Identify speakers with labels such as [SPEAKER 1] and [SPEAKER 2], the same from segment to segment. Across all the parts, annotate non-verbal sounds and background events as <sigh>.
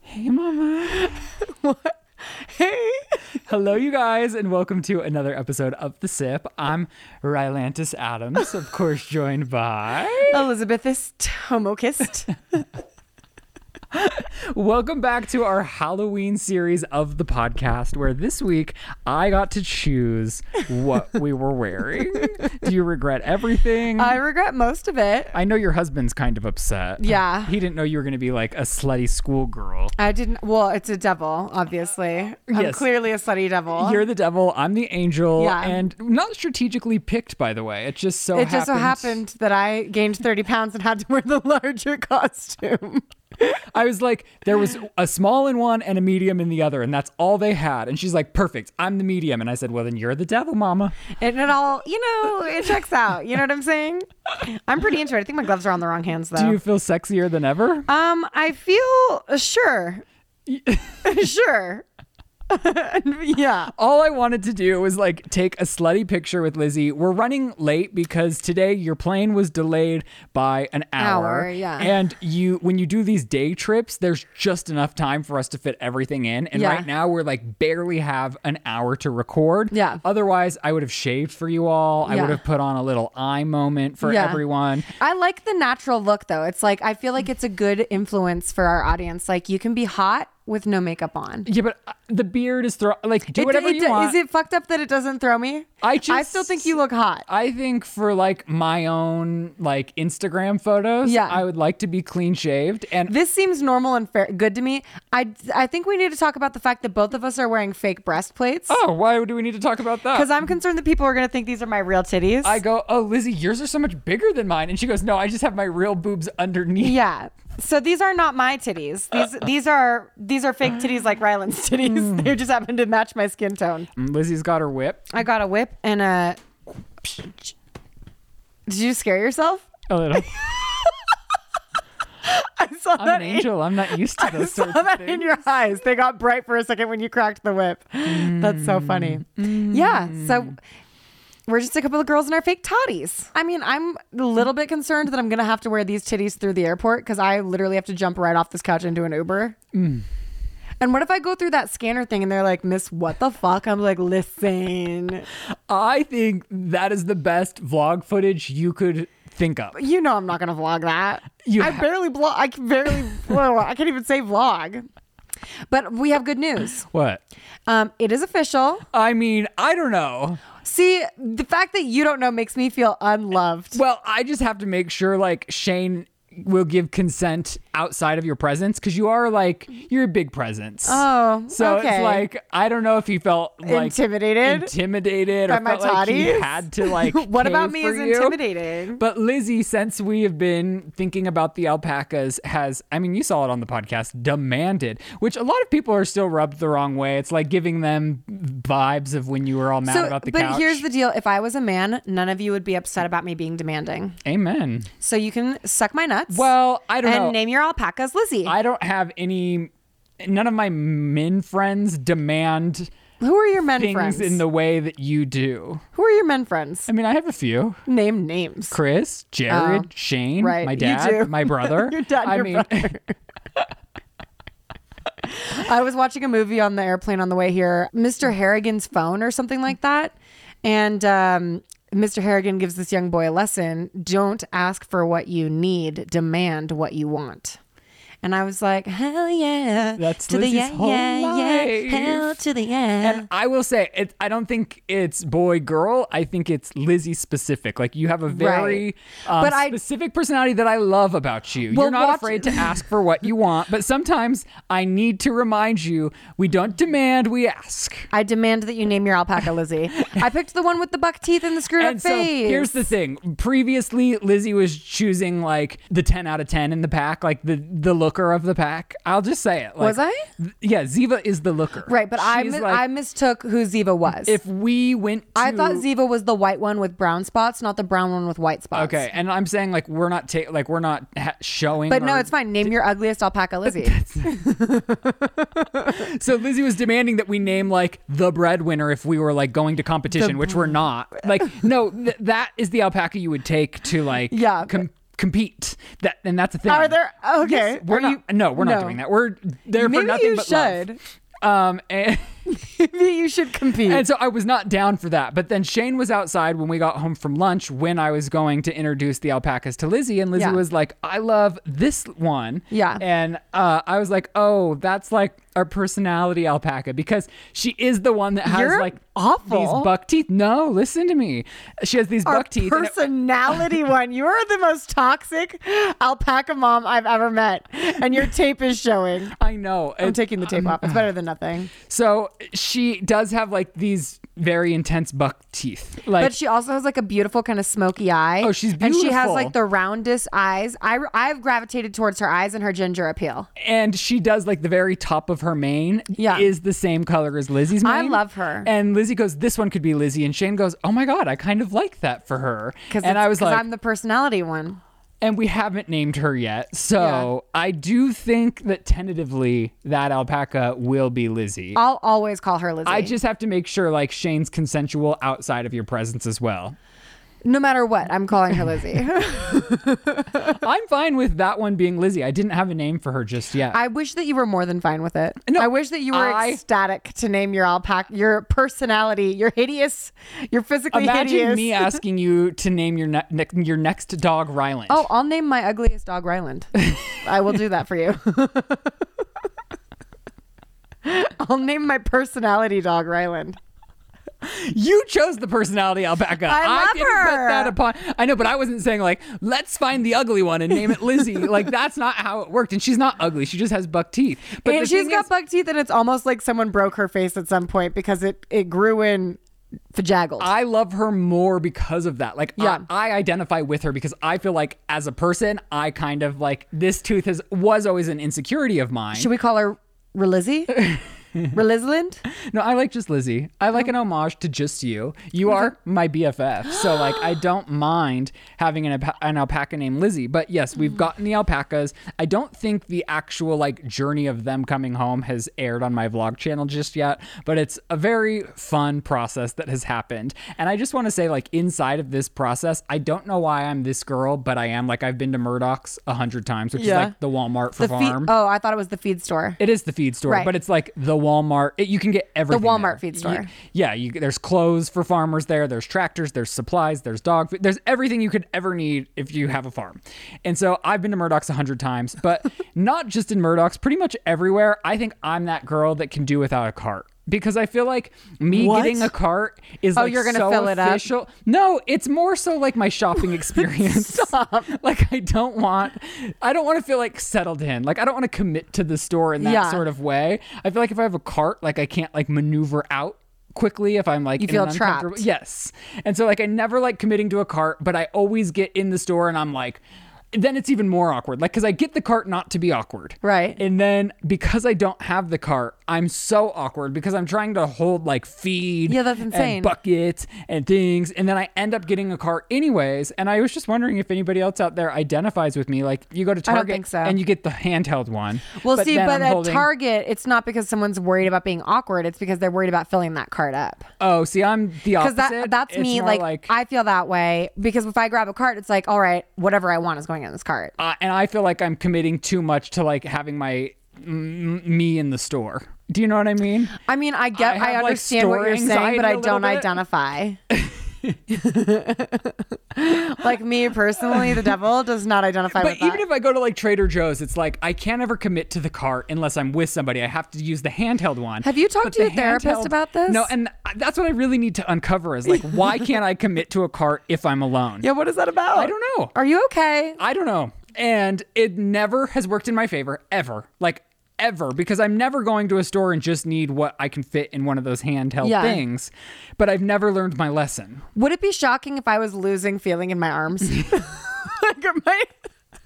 [SPEAKER 1] Hey, Mama.
[SPEAKER 2] What? Hey.
[SPEAKER 1] Hello, you guys, and welcome to another episode of The Sip. I'm Rylantis Adams, of course, joined by.
[SPEAKER 2] Elizabeth is homokissed.
[SPEAKER 1] Welcome back to our Halloween series of the podcast, where this week I got to choose what we were wearing. Do you regret everything?
[SPEAKER 2] I regret most of it.
[SPEAKER 1] I know your husband's kind of upset.
[SPEAKER 2] Yeah.
[SPEAKER 1] He didn't know you were going to be like a slutty schoolgirl.
[SPEAKER 2] I didn't. Well, it's a devil, obviously. I'm
[SPEAKER 1] Yes.
[SPEAKER 2] clearly a slutty devil.
[SPEAKER 1] You're the devil. I'm the angel.
[SPEAKER 2] Yeah.
[SPEAKER 1] And not strategically picked, by the way. It just so
[SPEAKER 2] it just so happened that I gained 30 pounds and had to wear the <laughs> larger costume.
[SPEAKER 1] I was like, there was a small in one and a medium in the other, and that's all they had. And she's like, perfect. I'm the medium. And I said, well, then you're the devil, mama.
[SPEAKER 2] And it all, you know, it checks out. You know what I'm saying? I'm pretty into it. I think my gloves are on the wrong hands, though.
[SPEAKER 1] Do you feel sexier than ever?
[SPEAKER 2] um, I
[SPEAKER 1] <laughs>
[SPEAKER 2] feel sure. sure. <laughs> yeah.
[SPEAKER 1] all I wanted to do was like take a slutty picture with Lizzie. We're running late because today your plane was delayed by an hour.
[SPEAKER 2] Hour, yeah.
[SPEAKER 1] And you when you do these day trips, there's just enough time for us to fit everything in. And
[SPEAKER 2] Yeah.
[SPEAKER 1] right now we're like barely have an hour to record.
[SPEAKER 2] Yeah.
[SPEAKER 1] Otherwise, I would have shaved for you all. I
[SPEAKER 2] Yeah.
[SPEAKER 1] would have put on a little eye moment for
[SPEAKER 2] Yeah.
[SPEAKER 1] everyone.
[SPEAKER 2] I like the natural look though. It's like I feel like it's a good influence for our audience. Like you can be hot with no makeup on.
[SPEAKER 1] Yeah, but uh, the beard is throw like do
[SPEAKER 2] It-
[SPEAKER 1] whatever
[SPEAKER 2] it-
[SPEAKER 1] you want.
[SPEAKER 2] Is it fucked up that it doesn't throw me?
[SPEAKER 1] I
[SPEAKER 2] I
[SPEAKER 1] just-
[SPEAKER 2] still think you look hot.
[SPEAKER 1] I think for like my own like Instagram photos,
[SPEAKER 2] Yeah.
[SPEAKER 1] I would like to be clean shaved and
[SPEAKER 2] This seems normal and fair, good to me. I I think we need to talk about the fact that both of us are wearing fake breastplates
[SPEAKER 1] Oh, why do we need to talk about that?
[SPEAKER 2] because I'm concerned that people are gonna think these are my real titties.
[SPEAKER 1] I go, oh, Lizzie, yours are so much bigger than mine. And she goes, no, I just have my real boobs underneath.
[SPEAKER 2] yeah. So these are not my titties. These these are these are fake titties like Ryland's titties. They just happen to match my skin tone.
[SPEAKER 1] Mm, Lizzie's got her whip.
[SPEAKER 2] I got a whip and a. Did you scare yourself? <laughs>
[SPEAKER 1] A little.
[SPEAKER 2] I saw
[SPEAKER 1] I'm
[SPEAKER 2] that.
[SPEAKER 1] an angel. I'm not used to
[SPEAKER 2] In, I
[SPEAKER 1] those
[SPEAKER 2] <laughs> saw
[SPEAKER 1] sorts of
[SPEAKER 2] that
[SPEAKER 1] things.
[SPEAKER 2] in your eyes. They got bright for a second when you cracked the whip. That's so funny. Yeah. So we're just a couple of girls in our fake toddies. Mm. I mean, I'm a little bit concerned that I'm gonna have to wear these titties through the airport because I literally have to jump right off this couch into an Uber. And what if I go through that scanner thing and they're like, "Miss, what the fuck?" I'm like, "Listen,
[SPEAKER 1] I think that is the best vlog footage you could think of.
[SPEAKER 2] you know I'm not gonna vlog that.
[SPEAKER 1] You
[SPEAKER 2] I
[SPEAKER 1] ha-
[SPEAKER 2] barely blog. I can barely. well, I can't even say vlog. But we have good news.
[SPEAKER 1] What?
[SPEAKER 2] Um, it is official.
[SPEAKER 1] I mean, I don't know.
[SPEAKER 2] See, the fact that you don't know makes me feel unloved.
[SPEAKER 1] Well, I just have to make sure, like, Shane will give consent outside of your presence because you are like you're a big presence
[SPEAKER 2] Oh,
[SPEAKER 1] so it's
[SPEAKER 2] okay.
[SPEAKER 1] like i don't know if he felt like
[SPEAKER 2] Intimidated?
[SPEAKER 1] intimidated
[SPEAKER 2] By
[SPEAKER 1] or
[SPEAKER 2] my
[SPEAKER 1] felt like he
[SPEAKER 2] toddies?
[SPEAKER 1] had to like
[SPEAKER 2] <laughs> what
[SPEAKER 1] cave
[SPEAKER 2] about me
[SPEAKER 1] for
[SPEAKER 2] is
[SPEAKER 1] you.
[SPEAKER 2] intimidating?
[SPEAKER 1] But Lizzie, since we have been thinking about the alpacas, has, I mean, you saw it on the podcast, demanded, which a lot of people are still rubbed the wrong way. It's like giving them vibes of when you were all mad
[SPEAKER 2] So,
[SPEAKER 1] about the
[SPEAKER 2] but
[SPEAKER 1] couch.
[SPEAKER 2] here's the deal: if I was a man, none of you would be upset about me being demanding.
[SPEAKER 1] Amen.
[SPEAKER 2] So you can suck my nuts.
[SPEAKER 1] Well, I don't
[SPEAKER 2] and
[SPEAKER 1] know.
[SPEAKER 2] name your alpacas Lizzie.
[SPEAKER 1] I don't have any, none of my men friends demand
[SPEAKER 2] Who are your men
[SPEAKER 1] things
[SPEAKER 2] friends?
[SPEAKER 1] in the way that you do.
[SPEAKER 2] Who are your men friends?
[SPEAKER 1] I mean, I have a few.
[SPEAKER 2] Name names.
[SPEAKER 1] Chris, Jared,
[SPEAKER 2] Oh,
[SPEAKER 1] Shane,
[SPEAKER 2] right.
[SPEAKER 1] my
[SPEAKER 2] You
[SPEAKER 1] dad,
[SPEAKER 2] do.
[SPEAKER 1] my brother.
[SPEAKER 2] <laughs> Your dad and
[SPEAKER 1] I
[SPEAKER 2] your
[SPEAKER 1] mean,
[SPEAKER 2] I was watching a movie on the airplane on the way here, Mr. Harrigan's phone or something like that. And um, Mr. Harrigan gives this young boy a lesson don't ask for what you need, demand what you want. And I was like, hell yeah.
[SPEAKER 1] That's
[SPEAKER 2] to
[SPEAKER 1] Lizzie's
[SPEAKER 2] the yeah,
[SPEAKER 1] whole
[SPEAKER 2] yeah,
[SPEAKER 1] life.
[SPEAKER 2] yeah. Hell to the yeah.
[SPEAKER 1] <laughs> And I will say, it, I don't think it's boy girl. I think it's Lizzie specific. Like you have a very um,
[SPEAKER 2] But I-
[SPEAKER 1] specific personality that I love about you.
[SPEAKER 2] Well,
[SPEAKER 1] You're not
[SPEAKER 2] watch-
[SPEAKER 1] afraid to ask for what you want, but sometimes I need to remind you: we don't demand, we ask.
[SPEAKER 2] I demand that you name your alpaca Lizzie. I picked the one with the buck teeth and the screwed
[SPEAKER 1] And
[SPEAKER 2] up
[SPEAKER 1] so
[SPEAKER 2] face.
[SPEAKER 1] here's the thing. Previously, Lizzie was choosing like the 10 out of 10 in the pack, like the the looker of the pack. I'll just say it. Like,
[SPEAKER 2] Was I?
[SPEAKER 1] th- yeah, Ziva is the looker.
[SPEAKER 2] right, but I,
[SPEAKER 1] She's
[SPEAKER 2] mi-
[SPEAKER 1] like,
[SPEAKER 2] I mistook who Ziva was.
[SPEAKER 1] if we went to
[SPEAKER 2] I thought Ziva was the white one with brown spots, not the brown one with white spots.
[SPEAKER 1] Okay, and I'm saying like we're not ta- like we're not ha- showing.
[SPEAKER 2] But no,
[SPEAKER 1] or-
[SPEAKER 2] it's fine. Name your ugliest alpaca Lizzie.
[SPEAKER 1] so Lizzie was demanding that we name like the breadwinner if we were like going to
[SPEAKER 2] <laughs>
[SPEAKER 1] competition, which we're not. Like no, th- that is the alpaca you would take to like
[SPEAKER 2] Yeah,
[SPEAKER 1] com- compete. That and that's a thing.
[SPEAKER 2] Are there okay?
[SPEAKER 1] Yes, we're
[SPEAKER 2] are
[SPEAKER 1] not.
[SPEAKER 2] you-
[SPEAKER 1] no, we're not doing that. We're there
[SPEAKER 2] Maybe
[SPEAKER 1] for nothing
[SPEAKER 2] you
[SPEAKER 1] but
[SPEAKER 2] should. <laughs>
[SPEAKER 1] love. Um, and, <laughs>
[SPEAKER 2] Maybe you should compete.
[SPEAKER 1] and so I was not down for that. But then Shane was outside when we got home from lunch when I was going to introduce the alpacas to Lizzie, and Lizzie
[SPEAKER 2] Yeah.
[SPEAKER 1] was like, "I love this one."
[SPEAKER 2] Yeah.
[SPEAKER 1] and uh, I was like, "Oh, that's like our personality alpaca because she is the one that has
[SPEAKER 2] You're
[SPEAKER 1] like
[SPEAKER 2] awful.
[SPEAKER 1] these buck teeth." No, listen to me. She has these
[SPEAKER 2] Our
[SPEAKER 1] buck teeth. and it- <laughs>
[SPEAKER 2] personality one. You are the most toxic alpaca mom I've ever met, and your tape is showing.
[SPEAKER 1] I know.
[SPEAKER 2] I'm
[SPEAKER 1] and-
[SPEAKER 2] taking the tape off. It's better than nothing.
[SPEAKER 1] So she does have like these very intense buck teeth. Like
[SPEAKER 2] But she also has like a beautiful kind of smoky eye.
[SPEAKER 1] Oh, she's
[SPEAKER 2] And she has
[SPEAKER 1] beautiful.
[SPEAKER 2] like the roundest eyes. I I've gravitated towards her eyes and her ginger appeal.
[SPEAKER 1] and she does like the very top of her mane
[SPEAKER 2] Yeah.
[SPEAKER 1] is the same color as Lizzie's mane.
[SPEAKER 2] I love her.
[SPEAKER 1] And Lizzie goes, "This one could be Lizzie." And Shane goes, "Oh my god, I kind of like that for her."
[SPEAKER 2] Because
[SPEAKER 1] And I was like,
[SPEAKER 2] I'm the personality one.
[SPEAKER 1] and we haven't named her yet. So, I do think that tentatively that alpaca will be Lizzie.
[SPEAKER 2] I'll always call her Lizzie.
[SPEAKER 1] I just have to make sure like Shane's consensual outside of your presence as well.
[SPEAKER 2] no matter what, I'm calling her Lizzie. <laughs>
[SPEAKER 1] I'm fine with that one being Lizzie. I didn't have a name for her just yet.
[SPEAKER 2] I wish that you were more than fine with it.
[SPEAKER 1] No,
[SPEAKER 2] I wish that you were
[SPEAKER 1] I-
[SPEAKER 2] ecstatic to name your alpaca, your personality, your hideous, your physically
[SPEAKER 1] Imagine
[SPEAKER 2] hideous.
[SPEAKER 1] me asking you to name your ne- ne- your next dog Ryland.
[SPEAKER 2] oh, I'll name my ugliest
[SPEAKER 1] <laughs>
[SPEAKER 2] dog Ryland. I will do that for you. <laughs> I'll name my personality dog Ryland.
[SPEAKER 1] you chose the personality alpaca.
[SPEAKER 2] I love
[SPEAKER 1] didn't put
[SPEAKER 2] her.
[SPEAKER 1] that upon. I know, but I wasn't saying like let's find the ugly one and name it
[SPEAKER 2] <laughs>
[SPEAKER 1] Lizzie. like that's not how it worked. And she's not ugly. She just has buck teeth. But
[SPEAKER 2] and
[SPEAKER 1] the
[SPEAKER 2] she's
[SPEAKER 1] thing
[SPEAKER 2] got
[SPEAKER 1] is-
[SPEAKER 2] buck teeth, and it's almost like someone broke her face at some point because it it grew in fajaggled.
[SPEAKER 1] I love her more because of that. Like,
[SPEAKER 2] Yeah.
[SPEAKER 1] I, I identify with her because I feel like as a person, I kind of like this tooth has was always an insecurity of mine.
[SPEAKER 2] Should we call her Relizzy?
[SPEAKER 1] <laughs>
[SPEAKER 2] Relizland?
[SPEAKER 1] No, I like just Lizzie. I
[SPEAKER 2] Oh.
[SPEAKER 1] like an homage to just you. You are my BFF, so like
[SPEAKER 2] <gasps>
[SPEAKER 1] I don't mind having an, alpa- an alpaca named Lizzie. But yes,
[SPEAKER 2] Mm.
[SPEAKER 1] we've gotten the alpacas. I don't think the actual like journey of them coming home has aired on my vlog channel just yet, but it's a very fun process that has happened. And I just want to say like inside of this process, I don't know why I'm this girl, but I am. Like I've been to Murdoch's a hundred times, which
[SPEAKER 2] Yeah.
[SPEAKER 1] is like the Walmart for
[SPEAKER 2] The feed.
[SPEAKER 1] farm.
[SPEAKER 2] Oh, I thought it was the feed <laughs> store.
[SPEAKER 1] It is the feed store,
[SPEAKER 2] Right.
[SPEAKER 1] but it's like the Walmart. It, you can get everything.
[SPEAKER 2] Walmart
[SPEAKER 1] there.
[SPEAKER 2] feed
[SPEAKER 1] You-
[SPEAKER 2] store.
[SPEAKER 1] yeah, you, there's clothes for farmers there. There's tractors. There's supplies. There's dog food. There's everything you could ever need if you have a farm. And so I've been to Murdoch's a hundred times,
[SPEAKER 2] <laughs>
[SPEAKER 1] but not just in Murdoch's. Pretty much everywhere. I think I'm that girl that can do without a cart. Because I feel like me
[SPEAKER 2] What?
[SPEAKER 1] getting a cart is
[SPEAKER 2] Oh,
[SPEAKER 1] like
[SPEAKER 2] you're gonna
[SPEAKER 1] so
[SPEAKER 2] fill it up?
[SPEAKER 1] official. No, it's more so like
[SPEAKER 2] <laughs>
[SPEAKER 1] my shopping experience. Stop. <laughs> like I don't want, I don't want to feel like settled in. Like I don't want to commit to the store in that
[SPEAKER 2] Yeah.
[SPEAKER 1] sort of way. I feel like if I have a cart, like I can't like maneuver out quickly if I'm like you
[SPEAKER 2] feel trapped.
[SPEAKER 1] Yes, and so like I never like committing to a cart, but I always get in the store and I'm like. Then it's even more awkward, like because I get the cart not to be awkward,
[SPEAKER 2] Right.
[SPEAKER 1] and then because I don't have the cart, I'm so awkward because I'm trying to hold like feed,
[SPEAKER 2] Yeah, that's
[SPEAKER 1] and
[SPEAKER 2] insane.
[SPEAKER 1] buckets and things, and then I end up getting a cart anyways. And I was just wondering if anybody else out there identifies with me. Like you go to
[SPEAKER 2] I don't
[SPEAKER 1] Target
[SPEAKER 2] think so.
[SPEAKER 1] and you get the handheld one.
[SPEAKER 2] Well, see,
[SPEAKER 1] then
[SPEAKER 2] but
[SPEAKER 1] I'm
[SPEAKER 2] at
[SPEAKER 1] holding-
[SPEAKER 2] Target, it's not because someone's worried about being awkward. It's because they're worried about filling that cart up.
[SPEAKER 1] oh, see, I'm the
[SPEAKER 2] Because
[SPEAKER 1] opposite.
[SPEAKER 2] that, that's
[SPEAKER 1] It's
[SPEAKER 2] me.
[SPEAKER 1] more
[SPEAKER 2] Like, I feel that way because if I grab a cart, it's like, all right, whatever I want is going in this cart.
[SPEAKER 1] uh, and I feel like I'm committing too much to like having my m- me in the store. Do you know what I mean?
[SPEAKER 2] I mean, I get,
[SPEAKER 1] I
[SPEAKER 2] I,
[SPEAKER 1] have, like,
[SPEAKER 2] understand
[SPEAKER 1] store
[SPEAKER 2] what you're saying,
[SPEAKER 1] anxiety
[SPEAKER 2] but
[SPEAKER 1] a
[SPEAKER 2] I
[SPEAKER 1] little
[SPEAKER 2] don't
[SPEAKER 1] bit.
[SPEAKER 2] identify.
[SPEAKER 1] <laughs>
[SPEAKER 2] <laughs> like me personally, the devil does not identify
[SPEAKER 1] But
[SPEAKER 2] with that.
[SPEAKER 1] even if I go to like Trader Joe's, it's like I can't ever commit to the cart unless I'm with somebody. I have to use the handheld one.
[SPEAKER 2] Have you talked
[SPEAKER 1] But
[SPEAKER 2] to your
[SPEAKER 1] the
[SPEAKER 2] therapist about this?
[SPEAKER 1] No, and that's what I really need to uncover is like
[SPEAKER 2] <laughs>
[SPEAKER 1] why can't I commit to a cart if I'm alone?
[SPEAKER 2] yeah, what is that about?
[SPEAKER 1] I don't know.
[SPEAKER 2] Are you okay?
[SPEAKER 1] I don't know. And it never has worked in my favor ever. Like ever because I'm never going to a store and just need what I can fit in one of those handheld
[SPEAKER 2] Yeah.
[SPEAKER 1] things. But I've never learned my lesson.
[SPEAKER 2] Would it be shocking if I was losing feeling in my <laughs> arms? like, am I <laughs>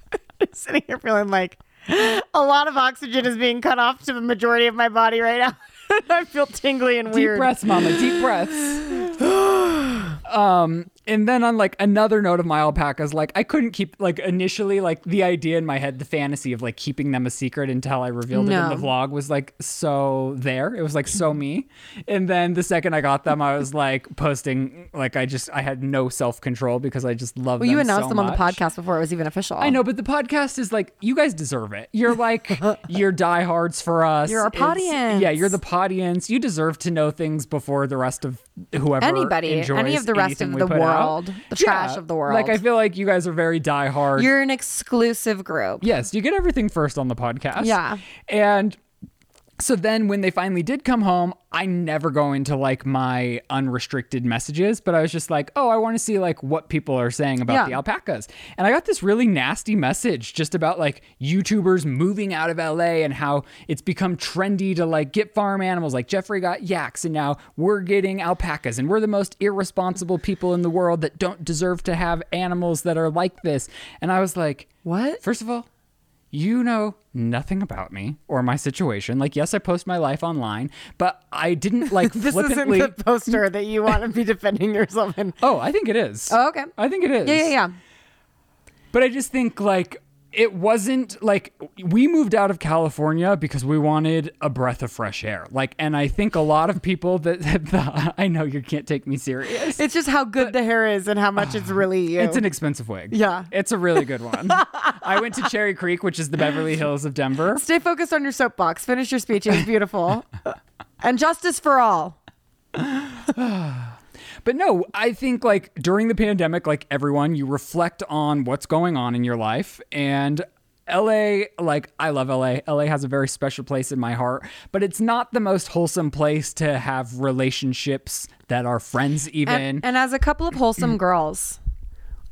[SPEAKER 2] sitting here feeling like a lot of oxygen is being cut off to the majority of my body right now? <laughs> I feel tingly and
[SPEAKER 1] Deep
[SPEAKER 2] weird.
[SPEAKER 1] breaths, mama. Deep breaths. <gasps> um, and then on like another note of my alpacas, like I couldn't keep like initially like the idea in my head, the fantasy of like keeping them a secret until I revealed it in
[SPEAKER 2] No.
[SPEAKER 1] the vlog was like so there. It was like so me. And then the second I got them, I was like posting like I just I had no self control because I just love.
[SPEAKER 2] Well, you
[SPEAKER 1] them
[SPEAKER 2] announced
[SPEAKER 1] so
[SPEAKER 2] them on the
[SPEAKER 1] much.
[SPEAKER 2] podcast before it was even official.
[SPEAKER 1] I know, but the podcast is like you guys deserve it. You're
[SPEAKER 2] <laughs>
[SPEAKER 1] like you're diehards for us.
[SPEAKER 2] You're our
[SPEAKER 1] It's-
[SPEAKER 2] podience.
[SPEAKER 1] Yeah, you're the audience. You deserve to know things before the rest of whoever
[SPEAKER 2] Anybody, any
[SPEAKER 1] enjoys
[SPEAKER 2] of the rest
[SPEAKER 1] anything
[SPEAKER 2] of
[SPEAKER 1] we
[SPEAKER 2] the
[SPEAKER 1] put out.
[SPEAKER 2] world, the trash of the world.
[SPEAKER 1] Like I feel like you guys are very diehard.
[SPEAKER 2] You're an exclusive group.
[SPEAKER 1] yes, you get everything first on the podcast.
[SPEAKER 2] Yeah.
[SPEAKER 1] and. So then when they finally did come home, I never go into like my unrestricted messages, but I was just like, oh, I want to see like what people are saying about
[SPEAKER 2] Yeah.
[SPEAKER 1] the alpacas. And I got this really nasty message just about like YouTubers moving out of LA and how it's become trendy to like get farm animals. Like Jeffrey got yaks and now we're getting alpacas and we're the most irresponsible people in the world that don't deserve to have animals that are like this. And I was like,
[SPEAKER 2] What?
[SPEAKER 1] First of all, you know nothing about me or my situation. Like, yes, I post my life online, but I
[SPEAKER 2] <laughs>
[SPEAKER 1] didn't like
[SPEAKER 2] This
[SPEAKER 1] flippantly.
[SPEAKER 2] isn't the poster that you want to be defending yourself in.
[SPEAKER 1] Oh, I think it is.
[SPEAKER 2] Oh, okay.
[SPEAKER 1] I think it is.
[SPEAKER 2] Yeah, yeah, yeah.
[SPEAKER 1] But I just think like it wasn't like we moved out of California because we wanted a breath of fresh air. Like, and I think a lot of people that, <laughs> that the, I know you can't take me serious.
[SPEAKER 2] It's just how good the hair is and how much <sighs> it's really you.
[SPEAKER 1] It's an expensive wig.
[SPEAKER 2] Yeah.
[SPEAKER 1] It's a really good one.
[SPEAKER 2] <laughs>
[SPEAKER 1] I went to Cherry Creek, which is the Beverly Hills of Denver.
[SPEAKER 2] Stay focused on your soapbox. Finish your speech. It was
[SPEAKER 1] <laughs>
[SPEAKER 2] beautiful. and justice for all.
[SPEAKER 1] But no, I think like during the pandemic, like everyone, you reflect on what's going on in your life and LA, like I love LA. LA has a very special place in my heart, but it's not the most wholesome place to have relationships that are friends even.
[SPEAKER 2] And, and as a couple of <clears throat> wholesome girls,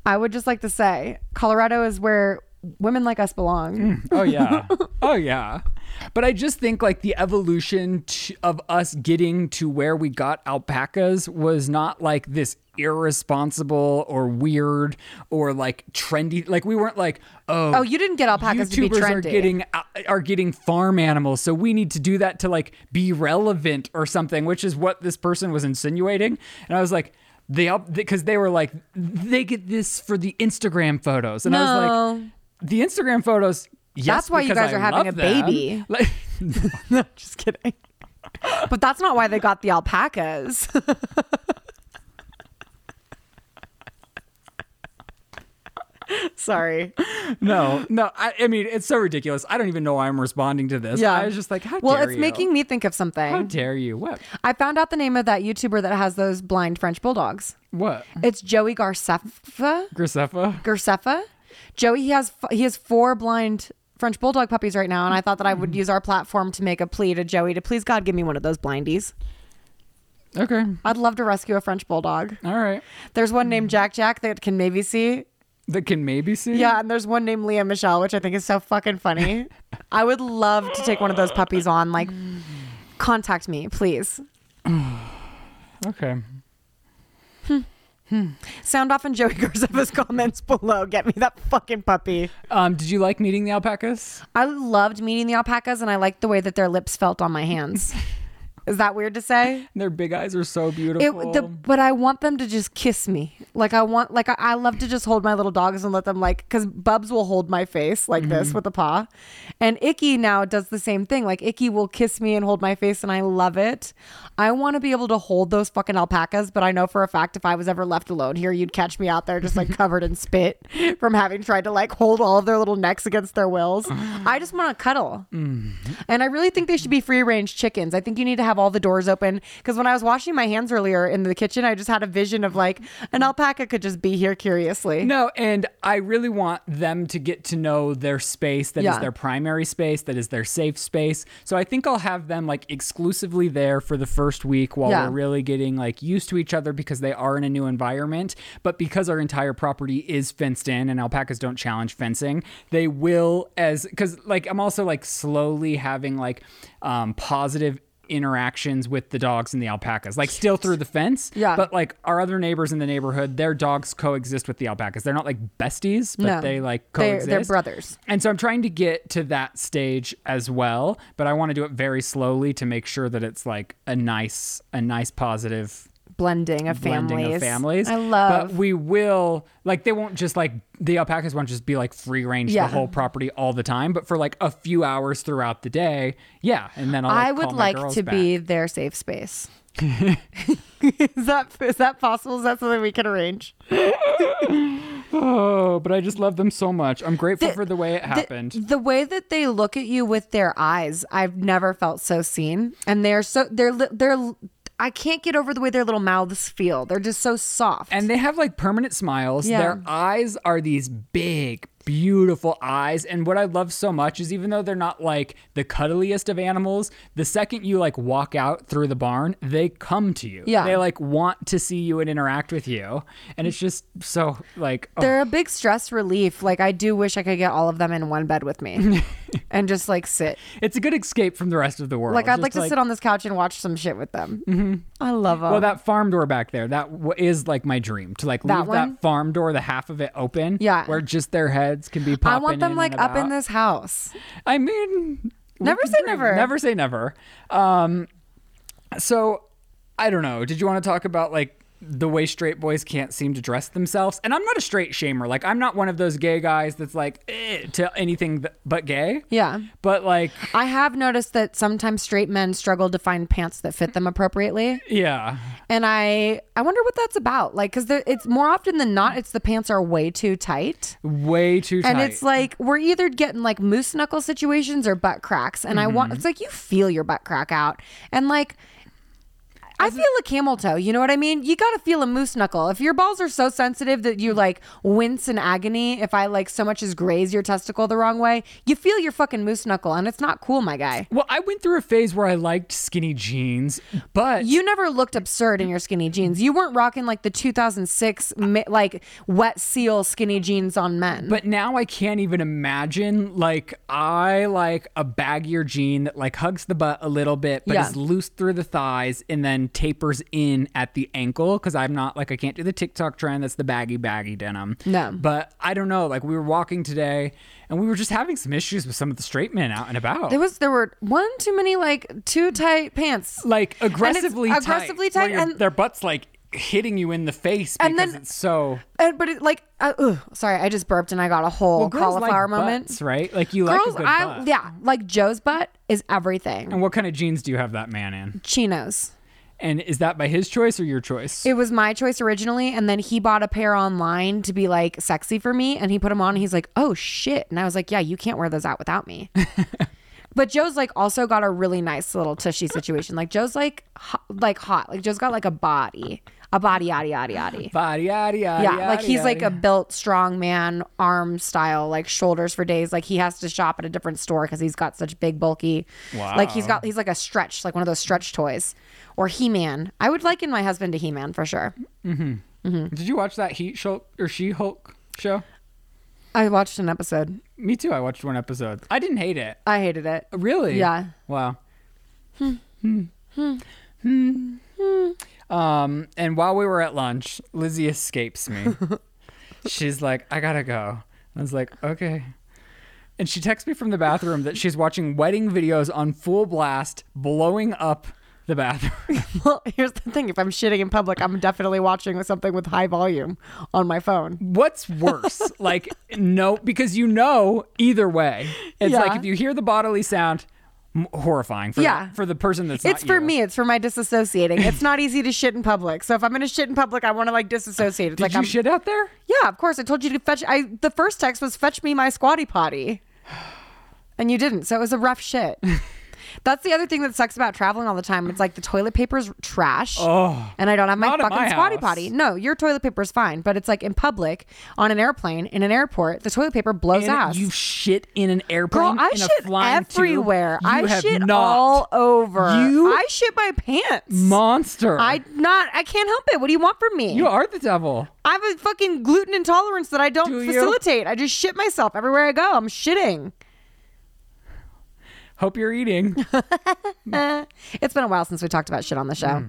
[SPEAKER 2] I would just like to say Colorado is where women like us belong.
[SPEAKER 1] oh yeah. Oh yeah. But I just think like the evolution t- of us getting to where we got alpacas was not like this irresponsible or weird or like trendy. Like we weren't like, oh,
[SPEAKER 2] Oh, you didn't get alpacas to be
[SPEAKER 1] YouTubers are
[SPEAKER 2] trendy.
[SPEAKER 1] getting uh, are getting farm animals, so we need to do that to like be relevant or something, which is what this person was insinuating. And I was like, they because they were like, they get this for the Instagram photos, and I was
[SPEAKER 2] No.
[SPEAKER 1] like, the Instagram photos. Yes,
[SPEAKER 2] That's why you
[SPEAKER 1] because
[SPEAKER 2] guys are
[SPEAKER 1] I
[SPEAKER 2] having
[SPEAKER 1] love
[SPEAKER 2] a
[SPEAKER 1] them.
[SPEAKER 2] baby.
[SPEAKER 1] Like, <laughs>
[SPEAKER 2] no, just kidding. But that's not why they got the alpacas. <laughs> Sorry.
[SPEAKER 1] no, no. I, I mean, it's so ridiculous. I don't even know why I'm responding to this.
[SPEAKER 2] Yeah.
[SPEAKER 1] I was just like, how
[SPEAKER 2] Well,
[SPEAKER 1] dare
[SPEAKER 2] it's
[SPEAKER 1] you?
[SPEAKER 2] making me think of something.
[SPEAKER 1] How dare you? What?
[SPEAKER 2] I found out the name of that YouTuber that has those blind French bulldogs.
[SPEAKER 1] What?
[SPEAKER 2] It's Joey Garcefa.
[SPEAKER 1] Grisefa?
[SPEAKER 2] Garcefa. Joey, he has he has four blind French bulldog puppies right now, and I thought that I would use our platform to make a plea to Joey to please God give me one of those blindies.
[SPEAKER 1] Okay.
[SPEAKER 2] I'd love to rescue a French bulldog.
[SPEAKER 1] All right.
[SPEAKER 2] There's one named Jack Jack that can maybe see.
[SPEAKER 1] That can maybe see.
[SPEAKER 2] Yeah, and there's one named Leah Michelle, which I think is so fucking funny. I would love to take one of those puppies on. Like, contact me, please.
[SPEAKER 1] Okay.
[SPEAKER 2] Sound off in Joey Garcefa's <laughs> comments below. Get me that fucking puppy.
[SPEAKER 1] Um, did you like meeting the alpacas?
[SPEAKER 2] I loved meeting the alpacas and I liked the way that their lips felt on my hands. Is that weird to say?
[SPEAKER 1] Their big eyes are so
[SPEAKER 2] It,
[SPEAKER 1] beautiful.
[SPEAKER 2] the, but I want them to just kiss me. Like I want, like I, I love to just hold my little dogs and let them like, because Bubs will hold my face like this with a paw, and Icky now does the same thing. Like Icky will kiss me and hold my face, and I love it. I want to be able to hold those fucking alpacas, but I know for a fact if I was ever left alone here, you'd catch me out there just like covered in spit from having tried to like hold all of their little necks against their wills. I just want to cuddle. And I really think they should be free range chickens. I think you need to have all the doors open. Because when I was washing my hands earlier in the kitchen, I just had a vision of like an alpaca could just be here curiously.
[SPEAKER 1] no, and I really want them to get to know their space that is
[SPEAKER 2] Yeah.
[SPEAKER 1] their primary space, that is their safe space. So I think I'll have them like exclusively there for the first week while
[SPEAKER 2] Yeah.
[SPEAKER 1] we're really getting like used to each other because they are in a new environment. But because our entire property is fenced in and alpacas don't challenge fencing, they will as because like I'm also like slowly having like um, positive interactions with the dogs and the alpacas like still through the fence
[SPEAKER 2] Yeah.
[SPEAKER 1] but like our other neighbors in the neighborhood, their dogs coexist with the alpacas. They're not like besties, but
[SPEAKER 2] No.
[SPEAKER 1] they like
[SPEAKER 2] They're-
[SPEAKER 1] coexist.
[SPEAKER 2] they're brothers.
[SPEAKER 1] And so I'm trying to get to that stage as well, but I want to do it very slowly to make sure that it's like a nice, a nice positive
[SPEAKER 2] blending of families.
[SPEAKER 1] blending of families.
[SPEAKER 2] I love.
[SPEAKER 1] But we will like they won't just like the alpacas won't just be like free range
[SPEAKER 2] Yeah.
[SPEAKER 1] the whole property all the time, but for like a few hours throughout the day. Yeah, and then I'll, like,
[SPEAKER 2] I
[SPEAKER 1] call
[SPEAKER 2] would
[SPEAKER 1] my
[SPEAKER 2] like
[SPEAKER 1] girls
[SPEAKER 2] to
[SPEAKER 1] back.
[SPEAKER 2] be their safe space.
[SPEAKER 1] <laughs>
[SPEAKER 2] is that is that possible? Is that something we can arrange?
[SPEAKER 1] Oh, but I just love them so much. I'm grateful for the way it
[SPEAKER 2] The-
[SPEAKER 1] happened.
[SPEAKER 2] The, way that they look at you with their eyes, I've never felt so seen. And they're so they're li- they're I can't get over the way their little mouths feel. They're just so soft.
[SPEAKER 1] and they have like permanent smiles.
[SPEAKER 2] Yeah.
[SPEAKER 1] Their eyes are these big, beautiful eyes. And what I love so much is even though they're not like the cuddliest of animals, the second you like walk out through the barn, they come to you.
[SPEAKER 2] Yeah.
[SPEAKER 1] They like want to see you and interact with you. And it's just so like, oh,
[SPEAKER 2] they're a big stress relief. Like I do wish I could get all of them in one bed
[SPEAKER 1] <laughs>
[SPEAKER 2] with me and just like sit.
[SPEAKER 1] it's a good escape from the rest of the world.
[SPEAKER 2] Like I'd
[SPEAKER 1] Just,
[SPEAKER 2] like to sit on this couch and watch some shit with them. Mm-hmm. I love them.
[SPEAKER 1] Well, that farm door back there, that w- is like my dream to like
[SPEAKER 2] That
[SPEAKER 1] leave
[SPEAKER 2] one?
[SPEAKER 1] that farm door, the half of it open,
[SPEAKER 2] Yeah.
[SPEAKER 1] where just their heads can be popping.
[SPEAKER 2] I want them
[SPEAKER 1] in
[SPEAKER 2] like
[SPEAKER 1] and
[SPEAKER 2] up in
[SPEAKER 1] about.
[SPEAKER 2] this house.
[SPEAKER 1] I mean, we
[SPEAKER 2] Never
[SPEAKER 1] can
[SPEAKER 2] say
[SPEAKER 1] dream.
[SPEAKER 2] never.
[SPEAKER 1] Never say never. Um, so I don't know. Did you want to talk about like the way straight boys can't seem to dress themselves? And I'm not a straight shamer. Like I'm not one of those gay guys that's like eh, to anything th- but gay.
[SPEAKER 2] Yeah.
[SPEAKER 1] But like,
[SPEAKER 2] I have noticed that sometimes straight men struggle to find pants that fit them appropriately.
[SPEAKER 1] yeah,
[SPEAKER 2] And I I wonder what that's about. Like cuz it's more often than not it's the pants are way too tight.
[SPEAKER 1] way too tight. Mm.
[SPEAKER 2] And it's like we're either getting like moose knuckle situations or butt cracks and I want
[SPEAKER 1] Mm-hmm.
[SPEAKER 2] it's like you feel your butt crack out. And like I feel a camel toe. You know what I mean? You got to feel a moose knuckle. If your balls are so sensitive that you like wince in agony if I like so much as graze your testicle the wrong way, you feel your fucking moose knuckle and it's not cool, my guy.
[SPEAKER 1] well, I went through a phase where I liked skinny jeans, but
[SPEAKER 2] You never looked absurd in your skinny jeans. You weren't rocking like the 2006 mi- like wet seal skinny jeans on men.
[SPEAKER 1] But now I can't even imagine. Like I like a baggier jean that like hugs the butt a little bit, but
[SPEAKER 2] Yeah.
[SPEAKER 1] is loose through the thighs and then tapers in at the ankle. Because I'm not like I can't do the TikTok trend. That's the baggy baggy denim.
[SPEAKER 2] No.
[SPEAKER 1] But I don't know. Like we were walking today, and we were just having some issues with some of the straight men out and about.
[SPEAKER 2] there was there were one too many like too tight pants.
[SPEAKER 1] like aggressively, tight,
[SPEAKER 2] aggressively
[SPEAKER 1] where
[SPEAKER 2] tight
[SPEAKER 1] your-
[SPEAKER 2] and-
[SPEAKER 1] their butts like hitting you in the face because
[SPEAKER 2] And then-
[SPEAKER 1] it's so.
[SPEAKER 2] And, but it like uh, ugh, sorry, I just burped and I got a whole
[SPEAKER 1] Well, girls like
[SPEAKER 2] cauliflower moment.
[SPEAKER 1] butts, right? Like you like
[SPEAKER 2] Girls,
[SPEAKER 1] a good
[SPEAKER 2] I
[SPEAKER 1] butt. Oh.
[SPEAKER 2] yeah, like Joe's butt is everything.
[SPEAKER 1] And what kind of jeans do you have that man in?
[SPEAKER 2] Chinos.
[SPEAKER 1] And is that by his choice or your choice?
[SPEAKER 2] It was my choice originally, and then he bought a pair online to be like sexy for me, and he put them on. And he's like, "Oh shit!" And I was like, "Yeah, you can't wear those out without
[SPEAKER 1] <laughs>
[SPEAKER 2] me." but Joe's like also got a really nice little tushy situation. Like Joe's like hot, like hot. Like Joe's got like a body, a body, yaddy yaddy yaddy.
[SPEAKER 1] Body, yaddy, yaddy,
[SPEAKER 2] Yeah, like
[SPEAKER 1] yaddy,
[SPEAKER 2] he's like a
[SPEAKER 1] yaddy.
[SPEAKER 2] built strong man, arm style, like shoulders for days. Like he has to shop at a different store because he's got such big, bulky. Like he's
[SPEAKER 1] Wow.
[SPEAKER 2] got he's like a stretch, like one of those stretch toys, or He Man. I would liken my husband to He Man for sure.
[SPEAKER 1] Did you watch that Heat Shulk or She Hulk show?
[SPEAKER 2] I watched an episode.
[SPEAKER 1] Me too. I watched one episode. I didn't hate it.
[SPEAKER 2] I hated it. <laughs>
[SPEAKER 1] Really?
[SPEAKER 2] Yeah.
[SPEAKER 1] Wow. Hmm. Hmm. Hmm. Um, and while we were at lunch, Lizzie escapes
[SPEAKER 2] <laughs>
[SPEAKER 1] me. she's like, I gotta go. I was like, okay. And she texts me from the bathroom that she's watching wedding videos on full blast, blowing up the bathroom.
[SPEAKER 2] Well, here's the thing: if I'm shitting in public, I'm definitely watching something with high volume on my phone.
[SPEAKER 1] What's
[SPEAKER 2] <laughs>
[SPEAKER 1] worse? like no, because you know either way. It's
[SPEAKER 2] Yeah.
[SPEAKER 1] like if you hear the bodily sound, m- horrifying for
[SPEAKER 2] Yeah.
[SPEAKER 1] for the person that's
[SPEAKER 2] It's
[SPEAKER 1] not
[SPEAKER 2] for
[SPEAKER 1] you.
[SPEAKER 2] me. It's for my disassociating. It's not easy to shit in public. So if I'm gonna shit in public, I want to like disassociate. It's
[SPEAKER 1] Did
[SPEAKER 2] like
[SPEAKER 1] you
[SPEAKER 2] I'm
[SPEAKER 1] shit out there?
[SPEAKER 2] Yeah, of course. I told you to fetch. I the first text was fetch me my squatty potty, <sighs> and you didn't. So it was a rough shit.
[SPEAKER 1] <laughs>
[SPEAKER 2] That's the other thing that sucks about traveling all the time. It's like the toilet paper's trash,
[SPEAKER 1] Oh.
[SPEAKER 2] and I don't have my
[SPEAKER 1] Not at
[SPEAKER 2] fucking
[SPEAKER 1] my
[SPEAKER 2] squatty
[SPEAKER 1] house.
[SPEAKER 2] potty. No, your toilet paper's fine, but it's like in public, on an airplane, in an airport, the toilet paper blows
[SPEAKER 1] And
[SPEAKER 2] out.
[SPEAKER 1] You shit in an airplane.
[SPEAKER 2] Girl, I
[SPEAKER 1] in a
[SPEAKER 2] shit
[SPEAKER 1] flying tube?
[SPEAKER 2] everywhere.
[SPEAKER 1] You
[SPEAKER 2] I
[SPEAKER 1] have
[SPEAKER 2] shit
[SPEAKER 1] not.
[SPEAKER 2] all over.
[SPEAKER 1] You-
[SPEAKER 2] I shit my pants.
[SPEAKER 1] monster.
[SPEAKER 2] I not. I can't help it. What do you want from me?
[SPEAKER 1] you are the devil.
[SPEAKER 2] I have a fucking gluten intolerance that I don't
[SPEAKER 1] Do you?
[SPEAKER 2] facilitate. I just shit myself everywhere I go. I'm shitting.
[SPEAKER 1] Hope you're eating. Mm.
[SPEAKER 2] Eh. it's been a while since we talked about shit on the show.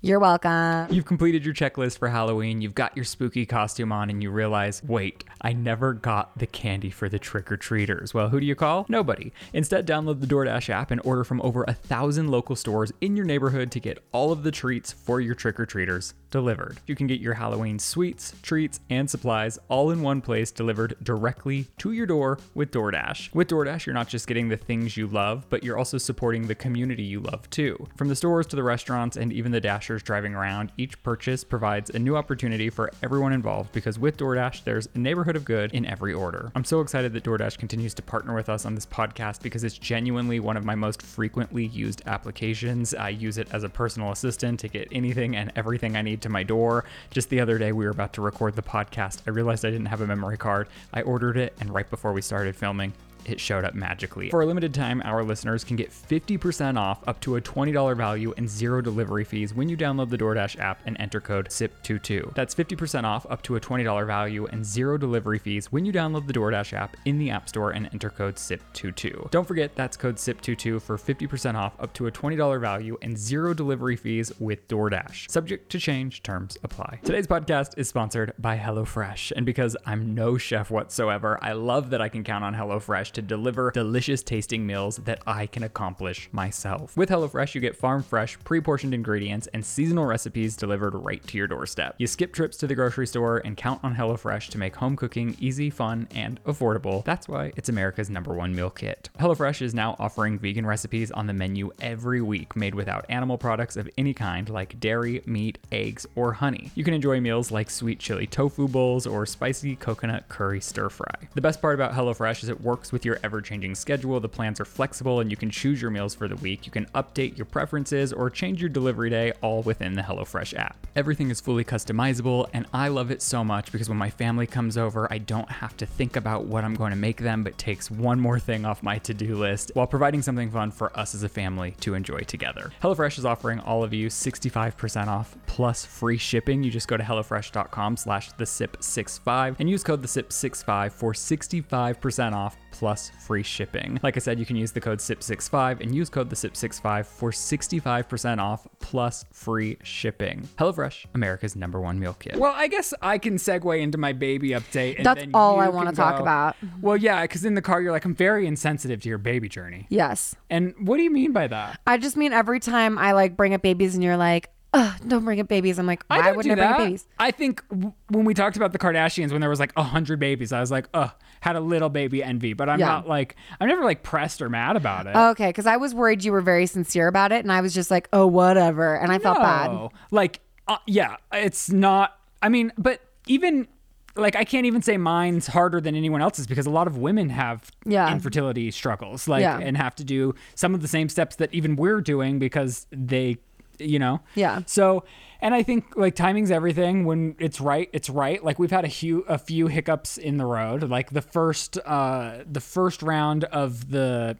[SPEAKER 2] You're welcome.
[SPEAKER 1] You've completed your checklist for Halloween, you've got your spooky costume on, and you realize, wait, I never got the candy for the trick or treaters. Well, who do you call? Nobody. Instead, download the DoorDash app and order from over a thousand local stores in your neighborhood to get all of the treats for your trick or treaters delivered. You can get your Halloween sweets, treats, and supplies all in one place delivered directly to your door with DoorDash. With DoorDash, you're not just getting the things you love, but you're also supporting the community you love too. From the stores to the restaurants and even the dashers driving around, each purchase provides a new opportunity for everyone involved because with DoorDash, there's a neighborhood of good in every order. I'm so excited that DoorDash continues to partner with us on this podcast because it's genuinely one of my most frequently used applications. I use it as a personal assistant to get anything and everything I need to my door. Just the other day, we were about to record the podcast. I realized I didn't have a memory card. I ordered it, and right before we started filming, it showed up magically. For a limited time, our listeners can get 50% off up to a $20 value and zero delivery fees when you download the DoorDash app and enter code SIP22. That's 50% off up to a $20 value and zero delivery fees when you download the DoorDash app in the App Store and enter code SIP22. Don't forget that's code SIP22 for 50% off up to a $20 value and zero delivery fees with DoorDash. Subject to change, terms apply. Today's podcast is sponsored by HelloFresh, and because I'm no chef whatsoever, I love that I can count on HelloFresh to deliver delicious tasting meals that I can accomplish myself. With HelloFresh, you get farm fresh, pre portioned ingredients and seasonal recipes delivered right to your doorstep. You skip trips to the grocery store and count on HelloFresh to make home cooking easy, fun, and affordable. That's why it's America's number one meal kit. HelloFresh is now offering vegan recipes on the menu every week, made without animal products of any kind like dairy, meat, eggs, or honey. You can enjoy meals like sweet chili tofu bowls or spicy coconut curry stir fry. The best part about HelloFresh is it works with your ever changing schedule. The plans are flexible and you can choose your meals for the week. You can update your preferences or change your delivery day all within the HelloFresh app. Everything is fully customizable, and I love it so much because when my family comes over, I don't have to think about what I'm going to make them, but takes one more thing off my to do list while providing something fun for us as a family to enjoy together. HelloFresh is offering all of you 65% off plus free shipping. You just go to HelloFresh.com slash the SIP65 and use code the SIP65 for 65% off plus free shipping. Like I said, you can use the code SIP65 and use code the SIP65 for 65% off plus free shipping. HelloFresh, America's number one meal kit. Well, I guess I can segue into my baby update. and
[SPEAKER 2] That's
[SPEAKER 1] then
[SPEAKER 2] all
[SPEAKER 1] you
[SPEAKER 2] I wanna
[SPEAKER 1] can
[SPEAKER 2] talk
[SPEAKER 1] go-
[SPEAKER 2] about.
[SPEAKER 1] Mm-hmm. Well, yeah, because in the car, you're like, I'm very insensitive to your baby journey.
[SPEAKER 2] Yes.
[SPEAKER 1] And what do you mean by that?
[SPEAKER 2] I just mean every time I like bring up babies and you're like, Ugh, don't bring up babies. I'm like,
[SPEAKER 1] I
[SPEAKER 2] why
[SPEAKER 1] don't
[SPEAKER 2] wouldn't
[SPEAKER 1] do
[SPEAKER 2] I bring
[SPEAKER 1] that.
[SPEAKER 2] up babies?
[SPEAKER 1] I think w- when we talked about the Kardashians, when there was like a hundred babies, I was like, ugh, had a little baby envy. But I'm
[SPEAKER 2] Yeah. Oh,
[SPEAKER 1] not like, I'm never like pressed or mad about it.
[SPEAKER 2] Okay, because I was worried you were very sincere about it, and I was just like, oh, whatever, and I felt bad.
[SPEAKER 1] No. Like, uh, yeah, it's not. I mean, but even like, I can't even say mine's harder than anyone else's because a lot of women have
[SPEAKER 2] Yeah.
[SPEAKER 1] infertility struggles, like,
[SPEAKER 2] Yeah.
[SPEAKER 1] and have to do some of the same steps that even we're doing because they, you know,
[SPEAKER 2] Yeah.
[SPEAKER 1] so, and I think like timing's everything. When it's right, it's right. Like we've had a few a few hiccups in the road. Like the first uh the first round of the